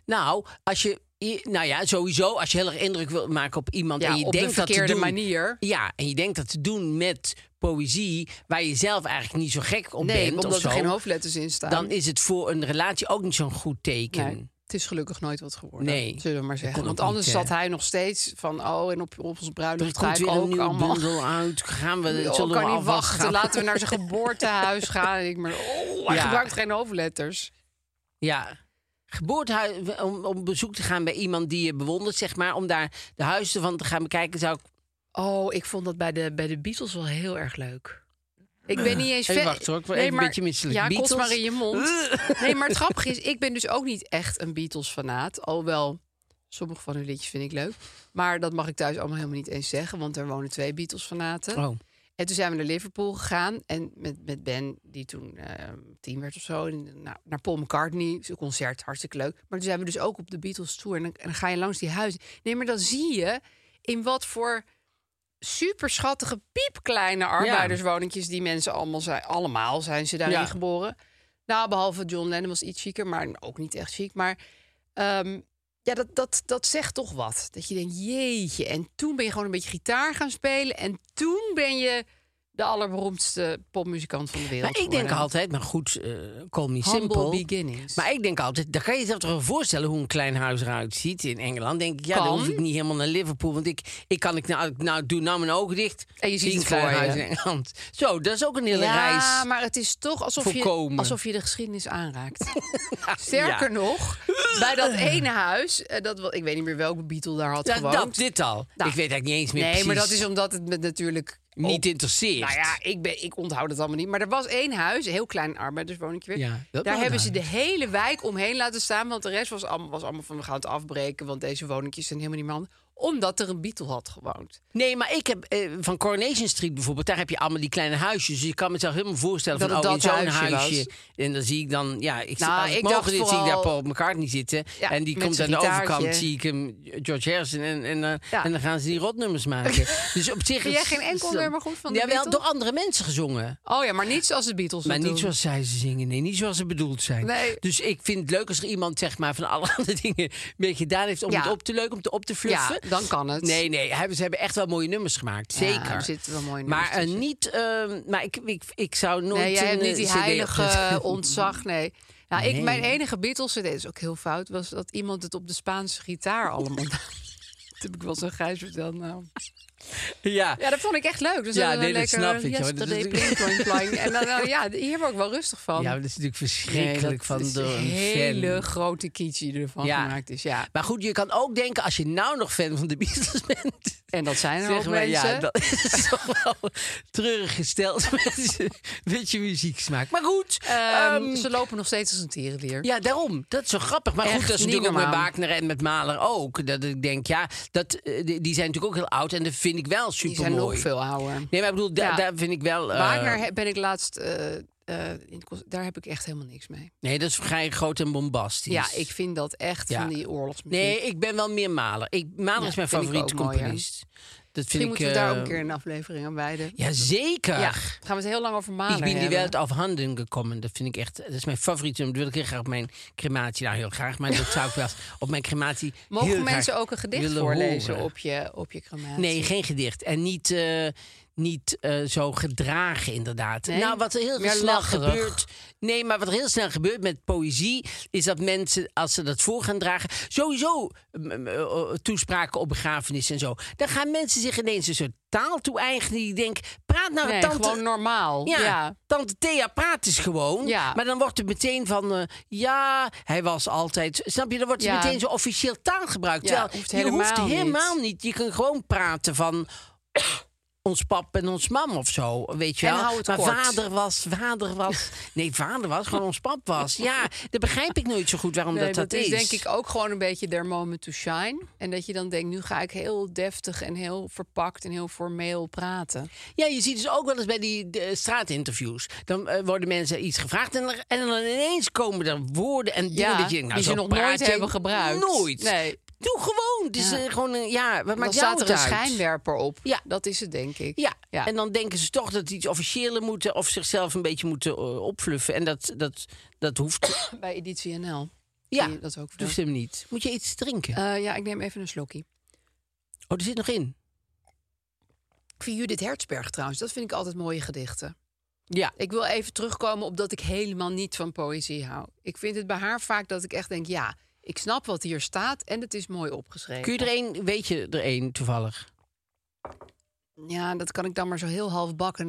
Nou, als je... i- Nou ja, sowieso, als je heel erg indruk wil maken op iemand... Ja, en je op denkt de dat te verkeerde doen, manier. Ja, en je denkt dat te doen met poëzie... waar je zelf eigenlijk niet zo gek op Nee, bent of omdat zo... er geen hoofdletters in staan. dan is het voor een relatie ook niet zo'n goed teken. Nee, het is gelukkig nooit wat geworden. Nee, Zullen we maar zeggen. kon ook Want anders niet, hè. zat hij nog steeds van... oh, en op, op ons Er bruiloft ga komt ik weer een ook nieuwe allemaal... bundel uit. Gaan we, Oh, zullen kan we niet alvast wachten. gaan? Laten we naar zijn geboortehuis gaan. En ik maar, oh, hij Ja. gebruikt geen hoofdletters. Ja. Geboortehuis, om, om bezoek te gaan bij iemand die je bewondert, zeg maar. Om daar de huizen van te gaan bekijken, zou ik... Oh, ik vond dat bij de, bij de Beatles wel heel erg leuk. Ik ben niet eens Even fan- wachten hoor, ik word even een beetje misselijk. Ja, Beatles? kots maar in je mond. Nee, maar het grappige is, ik ben dus ook niet echt een Beatles-fanaat. Alhoewel, sommige van hun liedjes vind ik leuk. Maar dat mag ik thuis allemaal helemaal niet eens zeggen. Want er wonen twee Beatles-fanaten. Oh, En toen zijn we naar Liverpool gegaan. En met, met Ben, die toen eh tien werd of zo. En, nou, naar Paul McCartney. Zijn concert, hartstikke leuk. Maar toen zijn we dus ook op de Beatles tour. En dan, en dan ga je langs die huizen. Nee, maar dan zie je in wat voor superschattige, piepkleine arbeiderswoningjes... die mensen allemaal zijn. Allemaal zijn ze daarin Ja. geboren. Nou, behalve John Lennon was iets chiquer, maar ook niet echt chic. Maar ehm, ja, dat, dat, dat zegt toch wat. Dat je denkt, jeetje. En toen ben je gewoon een beetje gitaar gaan spelen. En toen ben je de allerberoemdste popmuzikant van de wereld. Maar ik denk worden. altijd, maar goed, eh call me Humble simple. beginnings. Maar ik denk altijd, dan kan je jezelf toch wel voorstellen hoe een klein huis eruit ziet in Engeland. Denk ik, ja, dan Kan. hoef ik niet helemaal naar Liverpool. Want ik, ik kan, ik nou, ik nou, doe nou mijn ogen dicht. En je zie ziet ik een het klein voor je. huis in Engeland. Zo, dat is ook een hele ja, reis. maar het is toch alsof je, voorkomen. alsof je de geschiedenis aanraakt. Sterker nog, bij dat ene huis, eh, dat, wel- ik weet niet meer welke Beatle daar had Ja, gewoond. dat, dit al. Nou, ik weet eigenlijk niet eens meer nee, precies. maar dat is omdat het me natuurlijk Niet op- interesseert. Nou ja, ik, ben, ik onthoud het allemaal niet. Maar er was één huis, een heel klein arbeiderswoningje weer. Ja, dat Daar wel hebben ze de duidelijk. hele wijk omheen laten staan. Want de rest was allemaal, was allemaal van, we gaan het afbreken. Want deze woningjes zijn helemaal niet meer handig. Omdat er een Beatle had gewoond. Nee, maar ik heb eh, van Coronation Street bijvoorbeeld, daar heb je allemaal die kleine huisjes. Dus ik kan mezelf helemaal voorstellen Dat van, het oh, in dat zo'n huisje huisje. En dan zie ik dan, ja, ik, zie- Nou, als ik, ik mogen dacht dit, zie ik daar vooral- Paul McCartney zitten. Ja, en die met komt aan zijn de overkant, gitaartje. zie ik hem, George Harrison. En, en, eh, Ja. en dan gaan ze die rotnummers maken. dus op zich Vind is- jij geen enkel is dat- nummer goed van de Ja, wel Beatles? door andere mensen gezongen. Oh ja, maar niet zoals de Beatles Maar het niet doen. zoals zij ze zingen. Nee, niet zoals ze bedoeld zijn. Nee. Dus ik vind het leuk als er iemand zeg maar, van alle andere dingen een beetje gedaan heeft om Ja. het op te leuk, om te op te fluffen. Ja, dan kan het. Nee, nee, hebben- ze hebben echt wel mooie nummers gemaakt. Ja, Zeker. er zitten wel mooie nummers maar eh, tussen. niet. ehm, maar ik, ik, ik zou nooit. Nee, jij een, hebt niet eh, die CD heilige eh, opzetten. ontzag, nee. Nou, ik, Nee. mijn enige Beatles CD is ook heel fout, was dat iemand het op de Spaanse gitaar allemaal. dat heb ik wel zo grijs verteld. Nou. Ja. Ja, dat vond ik echt leuk. Dus Ja, dan nee, dat lekker, snap ik, ja, maar dat is Yesterday, pling, natuurlijk- pling, pling. En dan, eh, ja, hier word ik wel rustig van. ja, maar dat is natuurlijk Nee, verschrikkelijk dat van is door een een hele fan. grote kitschie die ervan Ja. gemaakt is. Ja. Maar goed, je kan ook denken als je nou nog fan van de Beatles bent. En dat zijn er ook Zeg maar, mensen. ja, dat is toch wel treurig gesteld met, je- met je muzieksmaak. Maar goed, Ehm, ehm, ze lopen nog steeds als een tierenlier. Ja, daarom. Dat is zo grappig. Maar Echt goed, dat is niet natuurlijk ook met normaal. Wagner en met Maler ook. Dat ik denk, ja, dat, eh, die, die zijn natuurlijk ook heel oud. En dat vind ik wel die super zijn mooi. nog veel ouder. Nee, maar ik bedoel, da- Ja. daar vind ik wel... eh, Wagner he- ben ik laatst... eh, eh, in, het cons- daar heb ik echt helemaal niks mee. Nee, dat is vrij groot en bombastisch. Ja, ik vind dat echt Dus- Ja. van die oorlogsmuziek. Nee, ik ben wel meer Maler. Ik, Maler Ja, is mijn vind ik favoriete ook mooier. componist. Dat vind Misschien ik... moeten we daar eh, ook een keer een aflevering aan wijden. Jazeker. Ja, gaan we het heel lang over Ik Mahler ben die hebben. Welt auf Handen gekomen. Dat vind ik echt. Dat is mijn favoriete. nummer. Dat wil ik heel graag op mijn crematie. Nou, heel graag. Maar dat zou ik wel op mijn crematie. Mogen heel graag mensen ook een gedicht willen voorlezen horen. op je, op je crematie? Nee, geen gedicht. En niet, eh, niet eh, zo gedragen, inderdaad. Nee? Nou, wat er heel Meer snel lacherig. gebeurt. Nee, maar wat er heel snel gebeurt met poëzie. is dat mensen, als ze dat voor gaan dragen. sowieso mm, mm, eh, toespraken op begrafenissen en zo. dan gaan mensen zich ineens een soort taal toe-eigenen. die denken: praat nou, Nee, tante. gewoon normaal. Ja, Ja. tante Thea praat dus gewoon. Ja. Maar dan wordt er meteen van... eh, ja, hij was altijd... Snap je? Dan wordt er Ja. meteen zo officieel taal gebruikt. Ja, Terwijl hoeft je hoeft helemaal niet. helemaal niet. Je kan gewoon praten van... ons pap en ons mam of zo, weet je En wel. hou het maar kort. vader was, vader was... Nee, vader was, gewoon ons pap was. Ja, dat begrijp ik nooit zo goed waarom Nee, dat dat, is denk ik ook gewoon een beetje their moment to shine. En dat je dan denkt, nu ga ik heel deftig en heel verpakt en heel formeel praten. Ja, je ziet dus ook wel eens bij die de, straatinterviews. Dan eh, worden mensen iets gevraagd en, er- en dan ineens komen er woorden en dingen Ja, dat je denkt, nou, die zo ze nog praat nooit je hebben gebruikt. Nooit. Nee. Doe gewoon. Het is Ja. eh, gewoon een, ja, wat Dan maakt jou staat er een het uit? schijnwerper op. Ja. Dat is het, denk ik. Ja. ja. en dan denken ze toch dat ze iets officiëler moeten of zichzelf een beetje moeten eh, opfluffen. En dat, dat, dat hoeft. Bij Editie NL. ja, Dus- Zie je dat ook veel? hoeft hem niet. Moet je iets drinken? Eh, ja, ik neem even een slokje. oh, er zit nog in. Ik vind Judith Hertzberg trouwens, dat vind ik altijd mooie gedichten. Ja. Ik wil even terugkomen op dat ik helemaal niet van poëzie hou. Ik vind het bij haar vaak dat ik echt denk, ja, ik snap wat hier staat en het is mooi opgeschreven. Kun je er één, weet je er één toevallig? Ja, dat kan ik dan maar zo heel halfbakken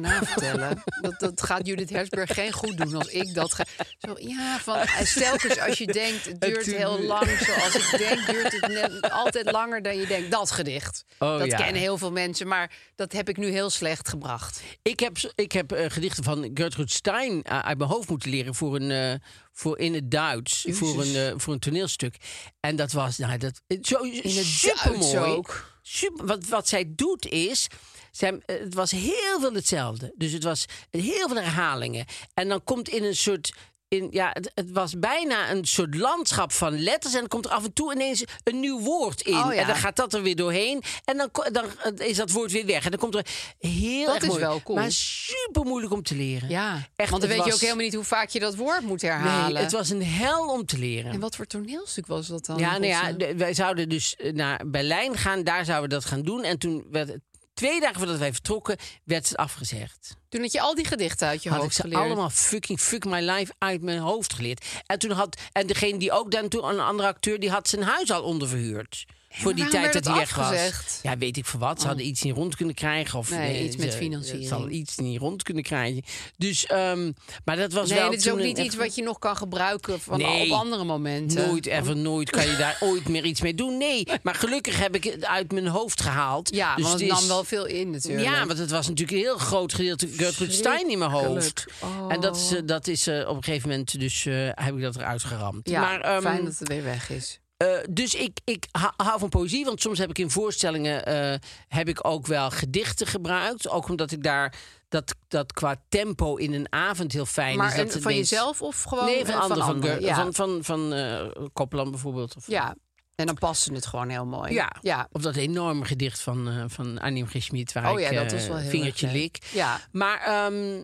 navertellen. dat, dat gaat Judith Hersberg geen goed doen als ik dat ga. Zo, ja, van eh, stelkens als je denkt, het duurt heel lang. Zoals ik denk, duurt het net altijd langer dan je denkt. Dat gedicht. Oh, dat ja. kennen heel veel mensen, maar dat heb ik nu heel slecht gebracht. Ik heb, ik heb eh, gedichten van Gertrude Stein eh, uit mijn hoofd moeten leren voor een, eh, voor in het Duits. Voor een, eh, voor een toneelstuk. En dat was nou, dat, eh, zo, in het Duits ook. Super, wat, wat zij doet is. Zij, eh, het was heel veel hetzelfde. Dus het was heel veel herhalingen. En dan komt in een soort. In, ja, het, het was bijna een soort landschap van letters. En dan komt er af en toe ineens een nieuw woord in. Oh ja. En dan gaat dat er weer doorheen. En dan, ko- dan eh, is dat woord weer weg. En dan komt er heel Dat erg is mooi. wel cool. Maar super moeilijk om te leren. Ja, Echt, want dan het weet je was- ook helemaal niet hoe vaak je dat woord moet herhalen. Nee, het was een hel om te leren. En wat voor toneelstuk was dat dan? Ja, nou ja, Bosse? de- wij zouden dus eh, naar Berlijn gaan. Daar zouden we dat gaan doen. En toen werd het Twee dagen voordat wij vertrokken, werd het afgezegd. Toen had je al die gedichten uit je had ik hoofd ze geleerd. allemaal fucking fuck my life uit mijn hoofd geleerd. En toen had en degene die ook daartoe een andere acteur die had zijn huis al onderverhuurd. Voor die waarom tijd dat werd hij weg dat was. afgezegd? Oh. Ja, weet ik voor wat. Ze hadden iets niet rond kunnen krijgen. Of, eh, Nee, iets met ze- financiering. Ze hadden iets niet rond kunnen krijgen. Dus, ehm, maar dat was Nee, wel en het is ook toen een niet iets echt- wat je nog kan gebruiken van Nee. op andere momenten. Nooit, even nooit kan je daar ooit meer iets mee doen. Nee, maar gelukkig heb ik het uit mijn hoofd gehaald. Ja, dus want het het nam is- wel veel in natuurlijk. Ja, want het was natuurlijk een heel groot gedeelte Gertrude Stein in mijn hoofd. Oh. En dat is, eh, dat is eh, op een gegeven moment, dus eh, heb ik dat eruit geramd. Ja, maar, ehm, fijn dat het weer weg is. eh, dus ik, ik ha- hou van poëzie, want soms heb ik in voorstellingen eh, heb ik ook wel gedichten gebruikt. Ook omdat ik daar dat, dat qua tempo in een avond heel fijn maar is. en dat het van ineens- jezelf of gewoon Nee, eh, van anderen. Van, anderen? Ger- ja. van, van, van eh, Copland bijvoorbeeld. Of, ja, en dan passen het gewoon heel mooi. Ja. ja. Of dat enorme gedicht van, eh van Annie M. G. Schmid, waar Oh ik ja, dat was eh, wel heel vingertje erg leuk. lik. Ja. Maar ehm,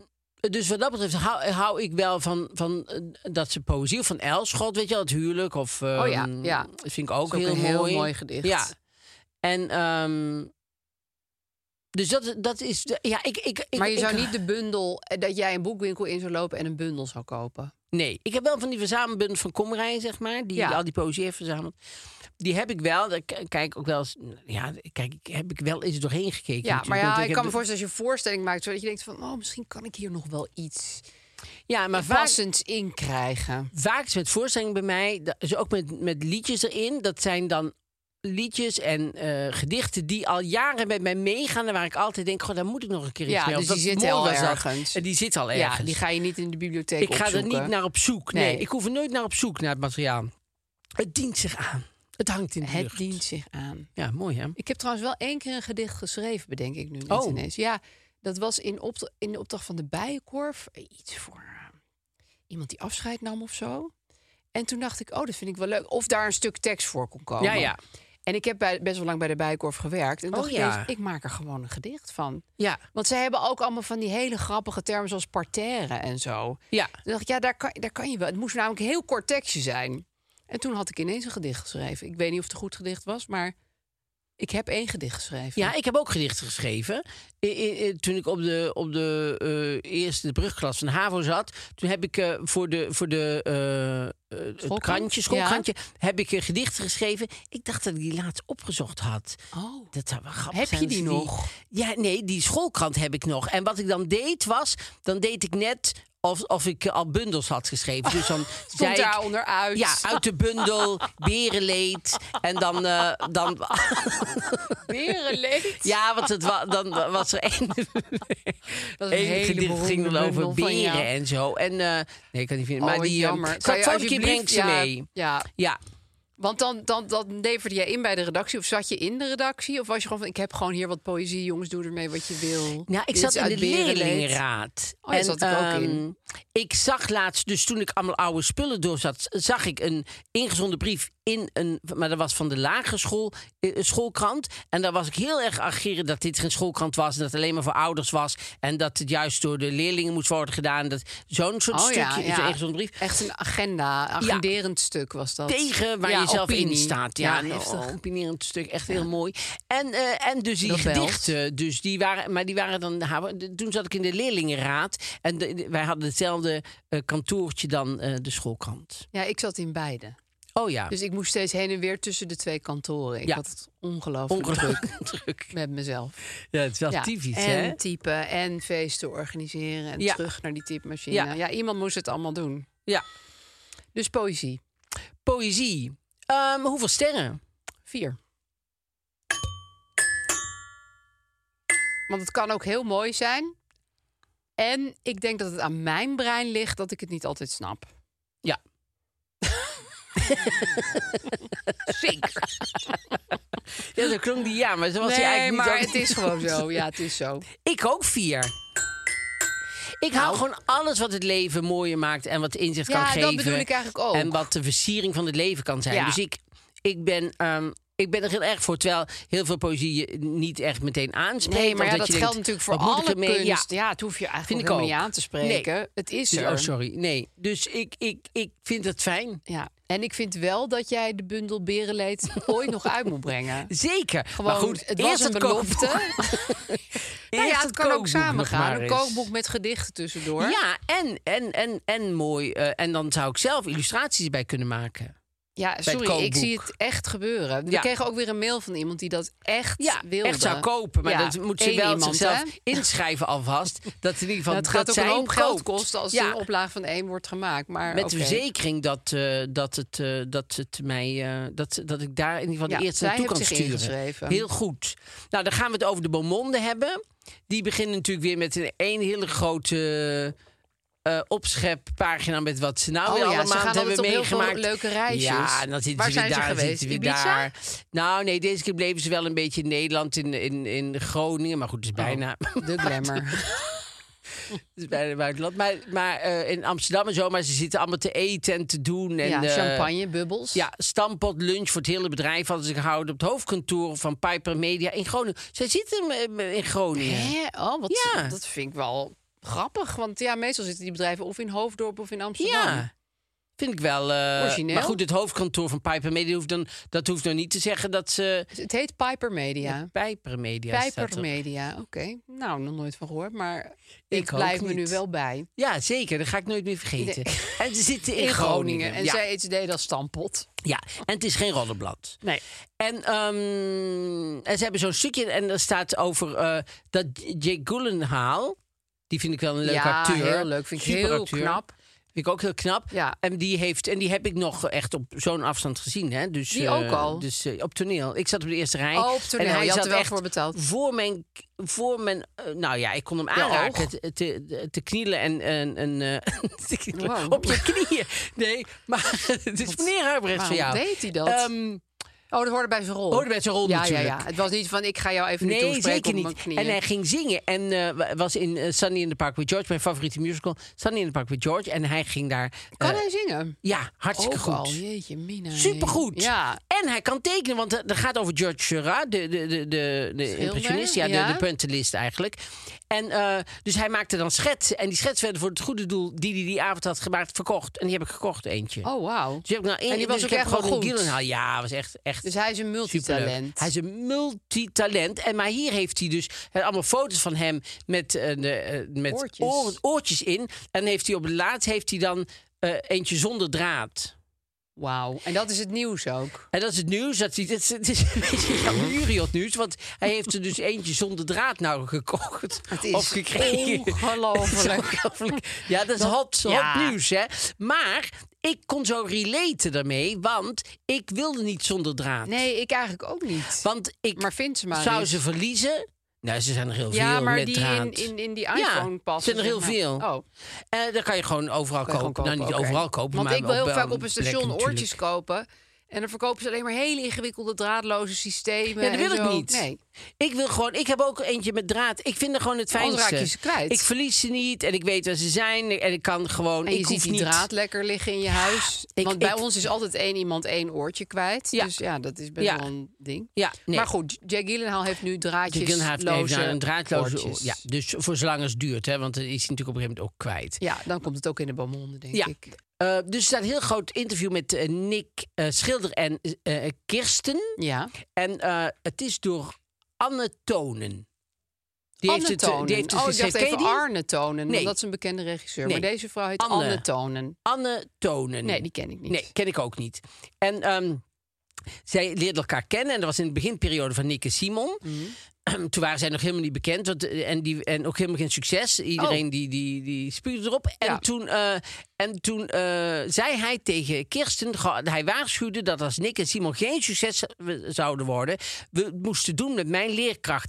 dus wat dat betreft hou, hou ik wel van, van eh, dat ze poëzie of van Elschot, weet je wel, het huwelijk. Of, Oh ja, ehm, ja. Dat vind ik ook, Dat is heel, ook een heel mooi. mooi gedicht. Ja. En ehm, dus dat, dat is. de- Ja, ik, ik, ik, maar je ik- zou niet de bundel, eh, dat jij een boekwinkel in zou lopen en een bundel zou kopen. Nee, ik heb wel van die verzamelbund van Komrij, zeg maar. Die Ja. al die poëzie heeft verzameld. Die heb ik wel. Daar k- kijk ik ook wel eens. Ja, kijk, ik- heb ik wel eens doorheen gekeken. Ja, maar natuurlijk, want ja, ik heb ik kan me de- voorstellen als je een voorstelling maakt... zodat je denkt van, oh, misschien kan ik hier nog wel iets Ja, maar vaak, passends in krijgen. vaak is met voorstellingen bij mij, da- dus ook met, met liedjes erin, dat zijn dan liedjes en eh, gedichten die al jaren met mij meegaan. En waar ik altijd denk, goh, daar moet ik nog een keer iets Ja, mee. dus of dat die zit mooi al was dat. ergens. En die zit al ergens. Ja, die ga je niet in de bibliotheek ik ga er opzoeken. niet naar op zoek. Nee. Nee. ik hoef er nooit naar op zoek naar het materiaal. Het dient zich aan. Het hangt in de Het lucht. dient Oh, zich aan. Ja, mooi hè? Ik heb trouwens wel één keer een gedicht geschreven, bedenk ik nu niet Oh. ineens. Ja, dat was in, opt- in de opdracht van de Bijenkorf. eh, Iets voor eh, iemand die afscheid nam of zo. En toen dacht ik, oh, dat vind ik wel leuk. Of daar een stuk tekst voor kon komen. Ja, ja. En ik heb bij, best wel lang bij de Bijenkorf gewerkt. En Oh, dacht ja. ik, ineens, ik maak er gewoon een gedicht van. Ja, Want zij hebben ook allemaal van die hele grappige termen zoals parterre en zo. ja. Toen dacht ik, ja, daar kan, daar kan je wel. Het moest namelijk een heel kort tekstje zijn. En toen had ik ineens een gedicht geschreven. Ik weet niet of het een goed gedicht was, maar ik heb één gedicht geschreven. Ja, ik heb ook gedichten geschreven. I- i- i- toen ik op de, op de eh, eerste brugklas van HAVO zat... toen heb ik eh, voor de, voor de eh, eh, het Schoolkrant? krantje, Ja. schoolkrantje... heb ik eh, gedichten geschreven. Ik dacht dat ik die laatst opgezocht had. Oh. Dat zou wel grappig Heb zijn je als die nog? Ja, nee, die schoolkrant heb ik nog. En wat ik dan deed was, dan deed ik net... Of, of ik eh, al bundels had geschreven. Dus dan zei Komt ik- daar onderuit. Ja, uit de bundel, berenleed. En dan, eh, dan berenleed. ja, want het wa- dan wa- was er één, Dat is een één hele gedicht beroemde ging dan over bundel van jou. beren en zo. En, eh, nee, ik kan niet vinden. Oh, maar die, ehm, jammer. Kan je alsjeblieft- brengt ze ja, mee. Ja, Ja, want dan, dan, dan leverde jij in bij de redactie. Of zat je in de redactie? Of was je gewoon van, ik heb gewoon hier wat poëzie. Jongens, doe ermee wat je wil. nou, ik Dit zat is in uit de Berenleed. leerlingenraad. Oh, daar zat ik ook ehm, in. Ik zag laatst, dus toen ik allemaal oude spullen door zat, zag ik een ingezonden brief in een, maar dat was van de lagere school, eh, schoolkrant. En daar was ik heel erg ageren dat dit geen schoolkrant was en dat het alleen maar voor ouders was. En dat het juist door de leerlingen moest worden gedaan. Dat zo'n soort Oh stukje, ja, zo'n ja. ingezonden brief. Echt een agenda, agenderend stuk was dat. tegen waar Ja, je zelf in opinie. staat. Ja, een heftig. opinerend stuk. Echt heel mooi. En, eh, en dus die Dat belt. gedichten. Dus die waren, maar die waren dan... ha, de- Toen zat ik in de leerlingenraad. En de- de- wij hadden hetzelfde eh, kantoortje dan eh, de schoolkrant. Ja, ik zat in beide. Oh ja, Dus ik moest steeds heen en weer tussen de twee kantoren. Ik Ja. had het ongelooflijk ongelukkig druk. met mezelf. Ja, het is wel Ja, typisch, en hè? typen en feesten organiseren en Ja. terug naar die typemachine. Ja. Ja. iemand moest het allemaal doen. Ja. Dus poëzie. Poëzie. Ehm, hoeveel sterren? Vier. Want het kan ook heel mooi zijn. En ik denk dat het aan mijn brein ligt dat ik het niet altijd snap. Ja. Zeker. Ja, dat klonk die ja, maar dat was hij Nee, eigenlijk maar niet. het is gewoon zo. Ja, het is zo. Ik ook vier. Ik hou gewoon alles wat het leven mooier maakt en wat inzicht Nou. Ja, kan dat geven. bedoel ik eigenlijk ook. En wat de versiering van het leven kan zijn. Ja. Dus ik, ik, ben, ehm, ik ben er heel erg voor. Terwijl heel veel poëzie je niet echt meteen aanspreekt. Nee, maar want ja, dat, je geldt denkt, natuurlijk voor wat moet ik alle ermee? Ja. kunst. Ja. het hoef je Vind eigenlijk ik helemaal niet ook. aan te spreken. Het is Dus, er. oh, sorry. Nee. Dus ik, ik, ik vind het fijn. Ja. En ik vind wel dat jij de bundel Berenleed ooit nog uit moet brengen. Zeker. Gewoon, maar goed, het was eerst een kookboek. belofte. Nou ja, Eerst het, kan ook kookboek samen nog gaan. maar Een eens. kookboek met gedichten tussendoor. Ja, en, en, en, en mooi. eh, en dan zou ik zelf illustraties bij kunnen maken. Ja, sorry, ik kookboek. zie het echt gebeuren. We Ja. kregen ook weer een mail van iemand die dat echt Ja, wilde. echt zou kopen. Maar Ja, dat moet ze één wel iemand, zichzelf hè? inschrijven alvast. Dat in ieder geval Nou, het gaat dat ook een zij hoop hem geld koopt. kosten als Ja, een oplaag van één wordt gemaakt. Maar Met oké. de verzekering dat, eh, dat, het, eh, dat, het mij, eh, dat, dat ik daar in ieder geval Ja, de eerste zij naartoe heeft kan zich sturen. ingeschreven. Heel goed. Nou, dan gaan we het over de Beaumonde hebben. Die beginnen natuurlijk weer met een, één hele grote eh opscheppagina met wat ze nou Oh weer ja, ze allemaal gaan hebben altijd op heel veel meegemaakt. leuke reisjes. Ja, en dan zitten Waar ze weer zijn ze daar, geweest? zitten weer Ibiza? daar. Nou, nee, deze keer bleven ze wel een beetje in Nederland, in, in, in Groningen. Maar goed, het Oh. is bijna... De glamour. Het is bijna buitenland. Maar, maar eh, in Amsterdam en zo, maar ze zitten allemaal te eten en te doen. En, ja, eh, champagne, bubbels. ja, stampot lunch voor het hele bedrijf hadden ze gehouden op het hoofdkantoor van Piper Media in Groningen. Zij zitten eh, in Groningen. Hè? Oh, wat, Ja. dat vind ik wel grappig. Want ja, meestal zitten die bedrijven of in Hoofddorp of in Amsterdam. Ja. Vind ik wel. eh, Origineel. Maar goed, het hoofdkantoor van Piper Media hoeft dan, dat hoeft dan niet te zeggen dat ze. Dus het heet Piper Media. Piper Media. staat Piper er. Media, oké. Nou, nog nooit van gehoord, maar Ik ik ook blijf me niet. nu wel bij. Ja, zeker. Dat ga ik nooit meer vergeten. En ze zitten in, In Groningen. Groningen. En ja. zij eet deed als stampot. ja, en het is geen roddelblad. Nee. En, ehm, en ze hebben zo'n stukje en daar staat over eh, dat Jake Gyllenhaal... Die vind ik wel een leuke ja, acteur. heel leuk. Vind ik heel Superacteur. knap. Vind ik ook heel knap. Ja. En, die heeft, en die heb ik nog echt op zo'n afstand gezien. Hè? Dus, Die eh, ook al? Dus eh, op toneel. Ik zat op de eerste rij. Oh, op toneel. En hij Je had zat er wel echt voor betaald. Voor mijn, voor mijn eh, nou ja, ik kon hem Je aanraken. oog? Te, te, te knielen en... en, en eh, te knielen. Wow. Op je knieën. Nee, maar het is meneer Huibrecht voor Waarom jou. deed hij dat? Ehm, oh, dat hoorde bij zijn rol. Hoorde bij zijn rol ja, Ja, natuurlijk. ja, Het was niet van, ik ga jou even nu Nee, toespreken zeker op mijn niet. knieën. En hij ging zingen. En eh, was in eh, Sunny in the Park with George, mijn favoriete musical. Sunny in the Park with George. En hij ging daar. Kan eh, hij zingen? Ja, hartstikke Ook goed. al, jeetje mina. hé. Supergoed. Ja. En hij kan tekenen, want het het gaat over George Seurat, de, de, de, de, de impressionist, ja, ja. De, de puntenlist eigenlijk. En eh, dus hij maakte dan schetsen. En die schetsen werden voor het goede doel die hij die avond had gemaakt, verkocht. En die heb ik gekocht, eentje. Oh, wauw. Dus die heb ik nou één- En die was dus ook ik heb echt wel gewoon een goed. Gyllenhaal. Ja, was echt, echt Dus hij is een Superleuk. multitalent. Hij is een multitalent. En maar hier heeft hij dus hè, allemaal foto's van hem met, eh, de, eh, met Oortjes. oor- oortjes in. En heeft hij op het laatst heeft hij dan eh, eentje zonder draad. Wauw. En dat is het nieuws ook. En dat is het nieuws. Dat hij, het, is, het is een beetje Gamuriot nieuws. Want hij heeft er dus eentje zonder draad nou gekocht. Het is of gekregen. ongelooflijk. Het is ongelooflijk. Ja, dat is hot, hot ja. nieuws, hè. Maar ik kon zo relaten daarmee. Want ik wilde niet zonder draad. Nee, ik eigenlijk ook niet. Want ik maar vind ze maar Zou eens. ze verliezen? Nou, ze zijn er heel ja, veel maar met die draad. in, in, in die Ja, iPhone passen. zijn er heel zeg maar. veel. Oh, Eh, dan kan je gewoon overal kan je kopen. gewoon kopen. nou, niet oké. overal kopen, Want maar ik wil heel wel vaak op een plekken station natuurlijk. oortjes kopen. En dan verkopen ze alleen maar hele ingewikkelde draadloze systemen. Ja, dat wil en ik zo. niet. Nee. Ik wil gewoon, ik heb ook eentje met draad. Ik vind er gewoon het Anders fijnste. raak je ze kwijt. Ik verlies ze niet en ik weet waar ze zijn en ik kan gewoon. En je ik ziet hoef die niet. draad lekker liggen in je huis. ik- Want bij ik- ons is altijd één iemand één oortje kwijt. Ja. Dus ja, dat is best Ja. wel een ding. Ja, nee. Maar goed, Jack Gyllenhaal heeft nu draadjes. Je kunt haar heeft loze nou een draadloze. oortjes. Ja, dus voor zolang als het duurt, hè, want dan is hij natuurlijk op een gegeven moment ook kwijt. Ja, dan komt het ook in de Beaumonde, denk Ja. ik. Eh, dus er staat een heel groot interview met eh, Nick eh, Schilder en eh, Kirsten. Ja. En eh, het is door Anne Tonen. Die heeft het, eh, Tonen. die heeft het oh, ik dacht geschreven. even Ken je die? Arne Tonen. Nee. want Dat is een bekende regisseur. Nee. Maar deze vrouw heet Anne. Anne, Tonen. Anne Tonen. Nee, die ken ik niet. Nee, ken ik ook niet. En ehm, zij leerden elkaar kennen. En dat was in de beginperiode van Nick en Simon. Mm. Toen waren zij nog helemaal niet bekend. Want, eh, en, die, en ook helemaal geen succes. Iedereen die, die, die spuugde erop. En Oh. Ja. toen, eh, en toen eh, zei hij tegen Kirsten... ge- Hij waarschuwde dat als Nick en Simon geen succes w- zouden worden... we het moesten doen met mijn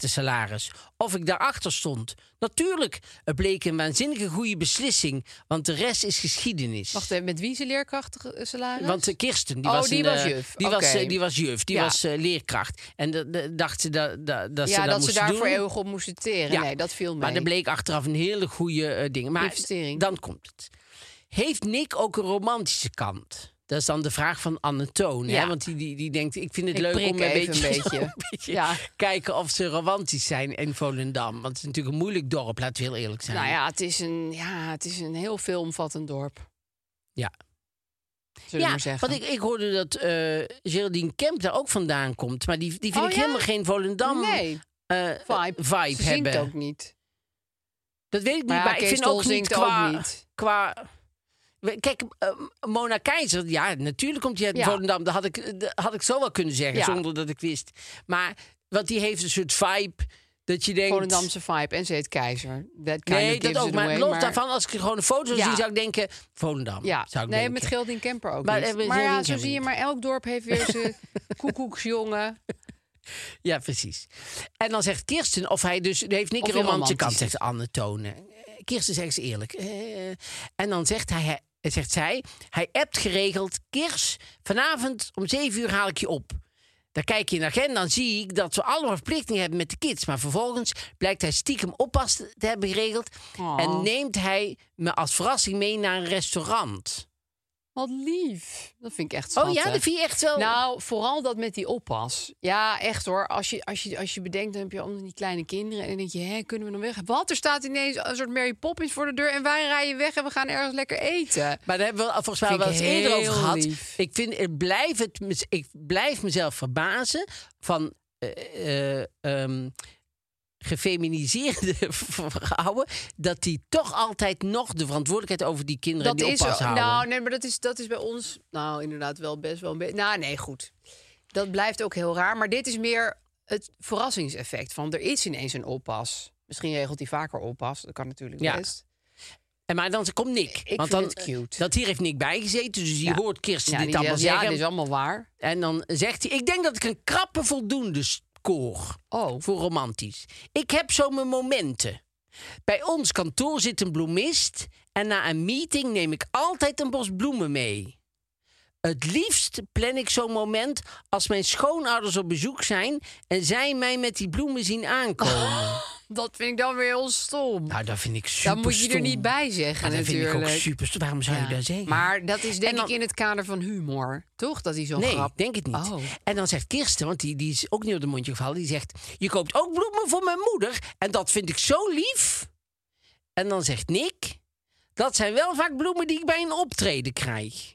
leerkrachtensalaris. Of ik daarachter stond. Natuurlijk, het bleek een waanzinnige goede beslissing. Want de rest is geschiedenis. Wacht even, met wie is de leerkrachtige eh, salaris? Want eh, Kirsten, die Oh, was die een, was eh, juf. Die, Oké. was, eh, die was juf, die Ja. was eh, leerkracht. En da- da- dacht ze da- da- dat ze ja, dat, dat ze moest daarvoor doen. eeuwig op moesten teren. Ja. Nee, dat viel mee. Maar dat bleek achteraf een hele goede eh, ding. Maar Investering. dan komt het. Heeft Nick ook een romantische kant? Dat is dan de vraag van Anne Toon. Hè? Ja. Want die, die, die denkt, ik vind het Ik leuk om prik een beetje, even een beetje. een beetje Ja. kijken of ze romantisch zijn in Volendam. Want het is natuurlijk een moeilijk dorp, laten we heel eerlijk zijn. Nou ja, het is een, ja, het is een heel veelomvattend dorp. Ja. zullen we maar zeggen. want ik, ik hoorde dat eh Geraldine Kemp daar ook vandaan komt. Maar die, die vind Oh, ik ja? helemaal geen Volendam nee, eh, vibe. vibe Ze zingt hebben. ook niet. Dat weet ik niet, Maar maar, ja, ik Kees vind Tol ook niet zingt ook qua... niet. qua we- Kijk, eh, Mona Keizer, ja, natuurlijk komt die uit Ja. Volendam. Dat had, ik, eh, dat had ik zo wel kunnen zeggen, Ja. zonder dat ik wist. Maar, want die heeft een soort vibe dat je denkt... Volendamse vibe. En ze heet Keizer. That kind Nee, of gives dat ook. it Maar away, los daarvan, als ik gewoon een foto zou Ja. zien, zou ik denken... Volendam, Ja, zou ik nee, denken. met Geraldine Kemper ook Maar, niet. eh, met maar ja, Geraldine zo Kemper zie je niet. maar. Elk dorp heeft weer zijn koekoeksjongen. Ja, precies. En dan zegt Kirsten, of hij dus... heeft Nick Of een hij romantische kant, romantisch zegt Anne Tonen. Eh, Kirsten zegt ze eerlijk. Eh, en dan zegt, hij, hij- eh, zegt zij... Hij appt geregeld... Kirs, vanavond om zeven uur haal ik je op. Dan kijk je in de agenda, dan zie ik dat we allemaal verplichtingen hebben met de kids. Maar vervolgens blijkt hij stiekem oppas te hebben geregeld. Oh. En neemt hij me als verrassing mee naar een restaurant. Wat lief. Dat vind ik echt Oh schattig. ja, dat vind je echt wel... Nou, vooral dat met die oppas. Ja, echt hoor. Als je, als je, als je bedenkt, dan heb je allemaal die kleine kinderen. En dan denk je, hè, kunnen we dan weg? Wat? Er staat ineens een soort Mary Poppins voor de deur. En wij rijden weg en we gaan ergens lekker eten. Maar daar hebben we volgens mij Vind wel ik eens eerder over heel gehad. lief. Ik, vind, ik, blijf het, mez- ik blijf mezelf verbazen van eh, eh, ehm, gefeminiseerde vrouwen... dat die toch altijd nog de verantwoordelijkheid over die kinderen die is oppas houden. Nou, nee, maar dat is, dat is bij ons. Nou, inderdaad, wel best wel een beetje. Nou, nee, goed. Dat blijft ook heel raar. Maar dit is meer het verrassingseffect van er is ineens een oppas. Misschien regelt hij vaker oppas. Dat kan natuurlijk Ja. best. en maar dan komt Nick. Ik want vind dan, het cute. Dat hier heeft Nick bijgezeten, dus die Ja. hoort Kirsten Ja, dit die allemaal zegt, ja, zeggen. dit is allemaal waar. En dan zegt hij, ik denk dat ik een krappe voldoende scoor. Oh. Voor romantisch. Ik heb zo mijn momenten. Bij ons kantoor zit een bloemist en na een meeting neem ik altijd een bos bloemen mee. Het liefst plan ik zo'n moment als mijn schoonouders op bezoek zijn en zij mij met die bloemen zien aankomen. Dat vind ik dan weer heel stom. Nou, dat vind ik super. Oh. Dan moet je er niet bij zeggen, Maar dat natuurlijk. vind ik ook super. stom. Waarom zou Ja. je dat zeggen? Maar dat is denk En dan- ik in het kader van humor, toch? Dat hij zo'n Nee, grap... denk het niet. Oh. En dan zegt Kirsten, want die, die is ook niet op de mondje gevallen. Die zegt, je koopt ook bloemen voor mijn moeder. En dat vind ik zo lief. En dan zegt Nick, dat zijn wel vaak bloemen die ik bij een optreden krijg.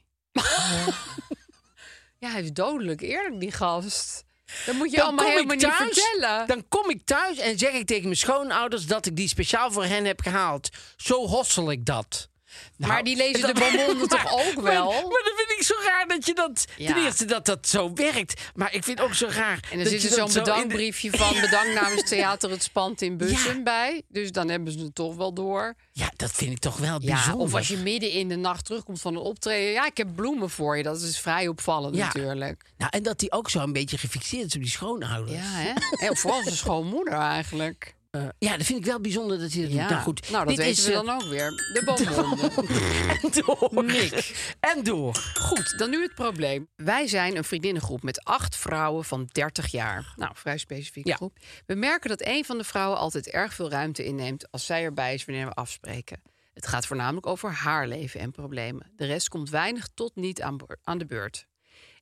Ja, hij is dodelijk eerlijk, die gast. Dat moet je Dan allemaal kom helemaal ik niet thuis, vertellen. Dan kom ik thuis en zeg ik tegen mijn schoonouders dat ik die speciaal voor hen heb gehaald. Zo hossel ik dat. Nou, Maar die lezen dat- de bonbon toch maar- ook maar- wel? Maar, dat vind ik zo raar dat je dat... Ja. Ten eerste dat dat zo werkt. Maar ik vind het ook zo raar... En er dat zit je er zo'n dat zo in de- bedankbriefje van bedankt namens Theater Het Spand in Bussen Ja. bij. Dus dan hebben ze het toch wel door. Ja, dat vind ik toch wel Ja, bijzonder. of als je midden in de nacht terugkomt van een optreden. Ja, ik heb bloemen voor je. Dat is vrij opvallend Ja. natuurlijk. Nou, en dat die ook zo een beetje gefixeerd is op die schoonouders. Ja, hè? En vooral zijn schoonmoeder eigenlijk. Eh, ja, dat vind ik wel bijzonder dat hij dat Ja. doet. Nou goed, nou dit dat weten is we eh, dan ook weer. De bonbon. en door. En door. Goed, dan nu het probleem. Wij zijn een vriendinnengroep met acht vrouwen van 30 jaar. Nou, vrij specifieke Ja. groep. We merken dat een van de vrouwen altijd erg veel ruimte inneemt als zij erbij is wanneer we afspreken. Het gaat voornamelijk over haar leven en problemen. De rest komt weinig tot niet aan, boor- aan de beurt.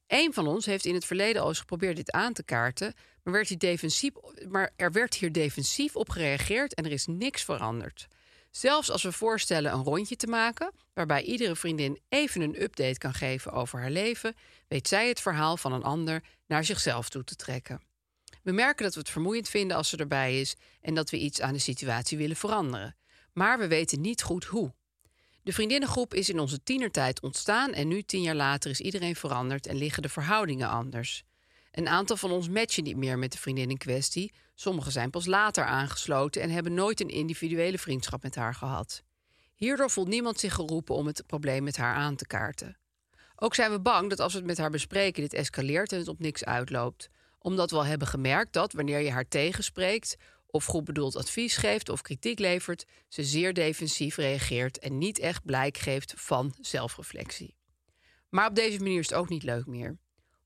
Eén van ons heeft in het verleden al eens geprobeerd dit aan te kaarten, maar, werd hier defensief, maar er werd hier defensief op gereageerd en er is niks veranderd. Zelfs als we voorstellen een rondje te maken, waarbij iedere vriendin even een update kan geven over haar leven, weet zij het verhaal van een ander naar zichzelf toe te trekken. We merken dat we het vermoeiend vinden als ze erbij is en dat we iets aan de situatie willen veranderen. Maar we weten niet goed hoe. De vriendinnengroep is in onze tienertijd ontstaan en nu tien jaar later is iedereen veranderd en liggen de verhoudingen anders. Een aantal van ons matchen niet meer met de vriendin in kwestie. Sommigen zijn pas later aangesloten en hebben nooit een individuele vriendschap met haar gehad. Hierdoor voelt niemand zich geroepen om het probleem met haar aan te kaarten. Ook zijn we bang dat als we het met haar bespreken, dit escaleert en het op niks uitloopt. Omdat we al hebben gemerkt dat wanneer je haar tegenspreekt, of goed bedoeld advies geeft of kritiek levert, ze zeer defensief reageert en niet echt blijk geeft van zelfreflectie. Maar op deze manier is het ook niet leuk meer.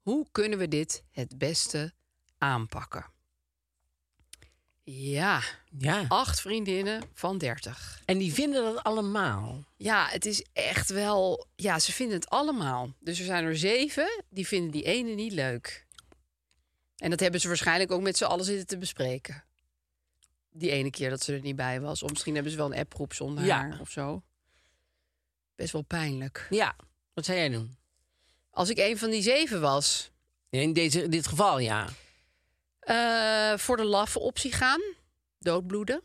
Hoe kunnen we dit het beste aanpakken? Ja, Ja. acht vriendinnen van 30. En die vinden dat allemaal. Ja, het is echt wel. Ja, ze vinden het allemaal. Dus er zijn er zeven die vinden die ene niet leuk. En dat hebben ze waarschijnlijk ook met z'n allen zitten te bespreken. Die ene keer dat ze er niet bij was. Of misschien hebben ze wel een appgroep zonder Ja. haar of zo. Best wel pijnlijk. Ja. Wat zou jij doen? Als ik een van die zeven was, In, deze, in dit geval, ja. eh, voor de laffe optie gaan. Doodbloeden.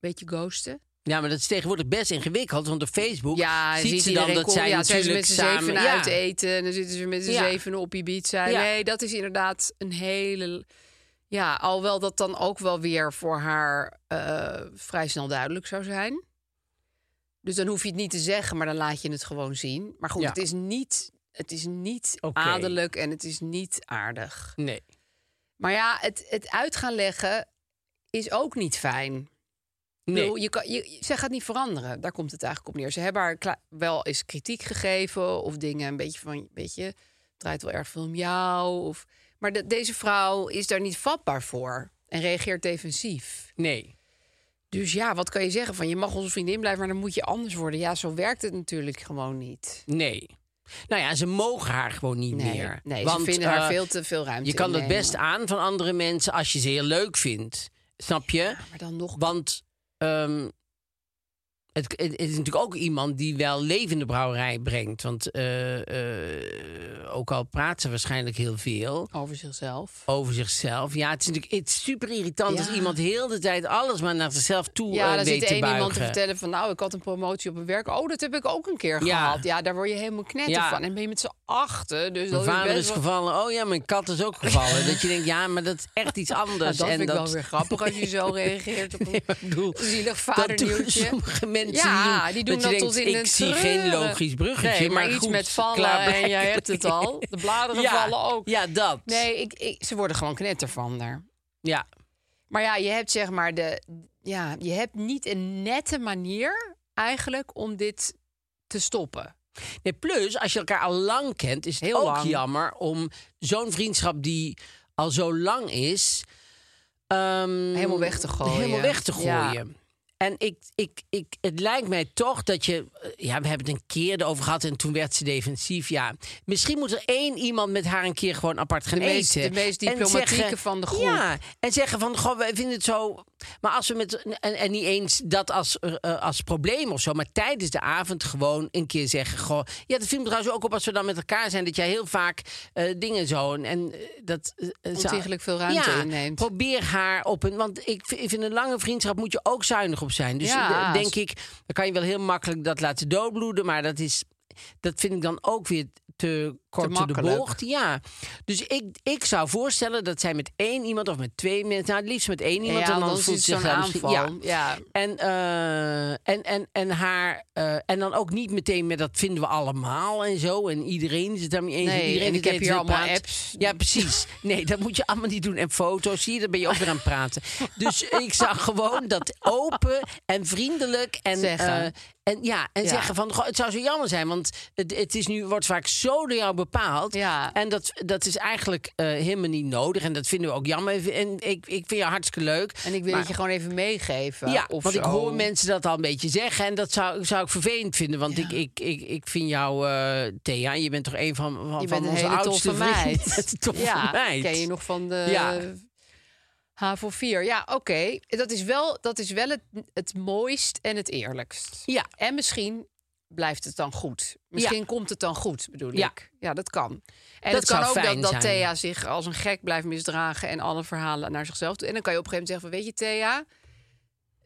Beetje ghosten. Ja, maar dat is tegenwoordig best ingewikkeld. Want op Facebook Ja, ziet, ze dan iedereen dat kom- zij ja, zijn ze natuurlijk met z'n samen... zevenen ja. uit eten. En dan zitten ze met z'n Ja. zevenen op Ibiza. Ja. Nee, dat is inderdaad een hele... Ja, alhoewel dat dan ook wel weer voor haar eh, vrij snel duidelijk zou zijn. Dus dan hoef je het niet te zeggen, maar dan laat je het gewoon zien. Maar goed, Ja. het is niet, het is niet Oké. adellijk en het is niet aardig. Nee. Maar ja, het, het uit gaan leggen is ook niet fijn. Ik Nee. bedoel, je kan, je, zij gaat niet veranderen. Daar komt het eigenlijk op neer. Ze hebben haar kla- wel eens kritiek gegeven of dingen een beetje van, weet je, het draait wel erg veel om jou. Of, maar de- deze vrouw is daar niet vatbaar voor en reageert defensief. nee. Dus ja, wat kan je zeggen? Van je mag onze vriendin blijven, maar dan moet je anders worden. Ja, zo werkt het natuurlijk gewoon niet. Nee. Nou ja, ze mogen haar gewoon niet Nee, meer. nee Want, ze vinden eh, haar veel te veel ruimte. Je kan dat innemen. best aan van andere mensen als je ze heel leuk vindt. Snap je? Maar dan nog. Want ehm, het, het, het is natuurlijk ook iemand die wel levende brouwerij brengt. Want eh, eh, ook al praat ze waarschijnlijk heel veel Over zichzelf. over zichzelf. Ja, het is natuurlijk het is super irritant als Ja. iemand heel de tijd alles maar naar zichzelf toe Ja, eh, dan weet zit te één buigen. iemand te vertellen van... nou, ik had een promotie op mijn werk. Oh, dat heb ik ook een keer Ja. gehad. Ja, daar word je helemaal knetter Ja. van. En ben je met z'n achten. Dus Mijn dat vader is is best wel... gevallen. Oh ja, mijn kat is ook gevallen. dat je denkt, ja, maar dat is echt iets Nou, anders. dat en vind dat... ik wel weer grappig als je zo reageert op een Ik bedoel, zielig dat doen vadernieuwtje. sommige mensen. Ja, die doen je dat denkt, tot in Ik het zie geen treuren. logisch bruggetje, Nee, maar, iets goed, met vallen en klaarblijkelijk. jij hebt het al. De bladeren Ja, vallen ook. Ja, dat. Nee, ik, ik, ze worden gewoon knetter van daar. Ja, Maar ja, je hebt zeg maar de. Ja, je hebt niet een nette manier eigenlijk om dit te stoppen. Nee, plus, als je elkaar al lang kent, is het Heel ook lang. jammer om zo'n vriendschap die al zo lang is... ehm, Helemaal weg te gooien. Helemaal weg te Ja. gooien. En ik, ik, ik, het lijkt mij toch dat je... eh, Ja, we hebben het een keer erover gehad en toen werd ze defensief. Ja, misschien moet er één iemand met haar een keer gewoon apart gaan De meest- eten. de meest En diplomatieke van de groep. Ja, en zeggen van, goh, wij vinden het zo... Maar als we met... En, en niet eens dat als, eh, als probleem of zo. Maar tijdens de avond gewoon een keer zeggen, goh... Ja, dat viel me trouwens ook op als we dan met elkaar zijn. Dat jij heel vaak eh, dingen zo... En, en eh, dat... eh, eh, zou- Ontiegelijk veel ruimte ja, inneemt. probeer haar op een... Want ik, v- ik vind een lange vriendschap moet je ook zuinig op zijn. Dus Ja. eh, denk ik, dan kan je wel heel makkelijk dat laten doodbloeden. Maar dat is... Dat vind ik dan ook weer te kort door de makkelijk. bocht. Ja, dus ik, ik zou voorstellen dat zij met één iemand of met twee mensen, nou het liefst met één iemand, ja, dan anders voelt is ze het zich zo'n daar misschien- aanval. Ja. ja. En, eh, en, en, en haar, eh, en dan ook niet meteen met dat vinden we allemaal en zo. En iedereen zit daarmee eens. Nee, en iedereen en die ik heb tegen hier elkaar allemaal praat. apps. Ja, precies. Nee, dat moet je allemaal niet doen. En foto's, zie je, dan ben je ook weer aan het praten. Dus ik zou gewoon dat open en vriendelijk en Zeggen. eh, en ja, en Ja. zeggen van, goh, het zou zo jammer zijn, want het, het is nu, wordt vaak zo door jou bepaald. Ja. En dat, dat is eigenlijk eh, helemaal niet nodig. En dat vinden we ook jammer. En ik, ik vind je hartstikke leuk. En ik wil maar- het je gewoon even meegeven. ja, of want ik zo. hoor mensen dat al een beetje zeggen. En dat zou, zou ik vervelend vinden. Want ik, ik, ik, ik vind jou, eh, Thea, je bent toch een van, van, van Je bent een onze hele oudste toffe vrienden. meid. Je bent een toffe ja, meid. ken je nog van de Ja. eh, HAVO 4. Ja, oké. Dat is wel, dat is wel het, het mooist en het eerlijkst. Ja, En misschien blijft het dan goed. Misschien komt het dan goed, bedoel Ja. ik. Ja, dat kan. En Dat het kan zou ook fijn dat, dat zijn. Thea zich als een gek blijft misdragen... en alle verhalen naar zichzelf toe. En dan kan je op een gegeven moment zeggen van... weet je, Thea,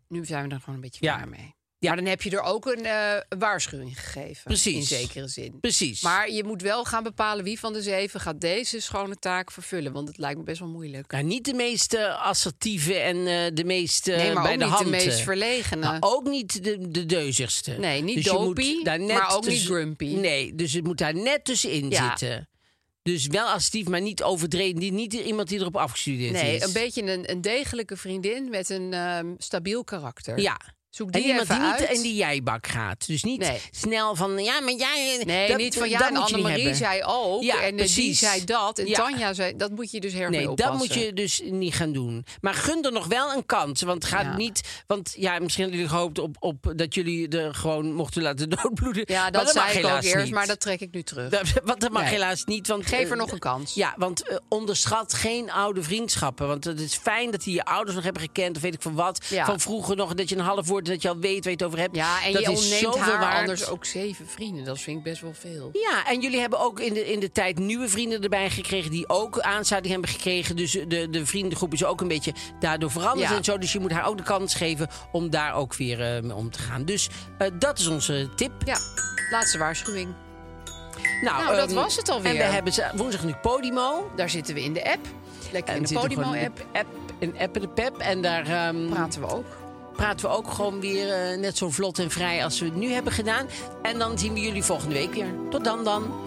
nu zijn we er gewoon een beetje Ja. klaar mee. Maar dan heb je er ook een eh, waarschuwing gegeven. Precies. In zekere zin. precies. Maar je moet wel gaan bepalen wie van de zeven gaat deze schone taak vervullen. Want het lijkt me best wel moeilijk. Nou, niet de meest eh, assertieve en eh, de meest eh, nee, maar bij ook de niet hand. de meest eh. verlegene. Maar ook niet de, de deuzigste. Dus Nee, niet je moet dopey, daar net maar ook niet tussen- grumpy. Nee, dus het moet daar net tussenin Ja. zitten. Dus wel assertief, maar niet overdreven. Niet, niet iemand die erop afgestudeerd is. nee, een beetje een, een degelijke vriendin met een ehm, stabiel karakter. Ja. Zoek En die iemand even die niet uit. in die jijbak gaat. Dus niet Nee. snel van, ja, maar jij... Nee, dat- niet van ja, dat en moet je niet Annemarie hebben. zei ook. Ja, en eh, die precies. zei dat. En Ja. Tanja zei... Dat moet je dus heel Nee, dat oppassen. moet je dus niet gaan doen. Maar gun er nog wel een kans. Want ga Ja. niet. Want ja, misschien hadden jullie gehoopt op, op dat jullie er gewoon mochten laten doodbloeden. Ja, maar dat, mag zei ik ook helaas eerst, niet. maar dat trek ik nu terug. Dat- want dat mag Nee. helaas niet. Want, Geef eh, er nog een kans. Ja, want eh, onderschat geen oude vriendschappen. Want het is fijn dat die je ouders nog hebben gekend. Of weet ik van wat. Ja. Van vroeger nog. Dat je een half woord wordt, dat je al weet waar je het over hebt. Ja, en dat je is ontneemt zoveel haar waard. anders ook zeven vrienden. Dat vind ik best wel veel. Ja, en jullie hebben ook in de, in de tijd nieuwe vrienden erbij gekregen... die ook aansluiting hebben gekregen. Dus de, de vriendengroep is ook een beetje daardoor veranderd Ja. en zo. Dus je moet haar ook de kans geven om daar ook weer eh, mee om te gaan. Dus eh, dat is onze tip. Ja, laatste waarschuwing. Nou, Nou, dat ehm, was het alweer. En we hebben ze- woensdag nu Podimo. Daar zitten we in de app. Lekker in En de zitten gewoon Podimo-app. in de app. In app en de pep. En daar ehm, Praten we ook. praten we ook gewoon weer eh, net zo vlot en vrij als we het nu hebben gedaan. En dan zien we jullie volgende week weer. Tot dan dan.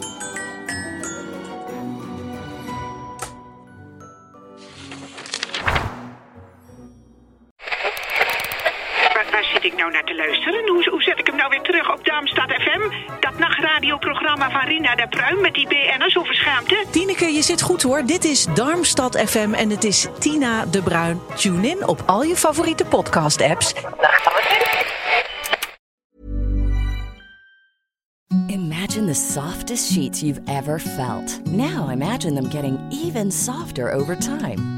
Waar, waar zit ik nou naar te luisteren? Hoe, hoe zet ik hem nou weer terug op Darmstad FM? Dat nachtradioprogramma van Rina de Pruim met die BN'ers over schaamte? Tineke, je zit goed hoor. Dit is Darmstad FM en het is Tina de Bruin. Tune in op al je favoriete podcast-apps. Imagine the softest sheets you've ever felt. Now imagine them getting even softer over time.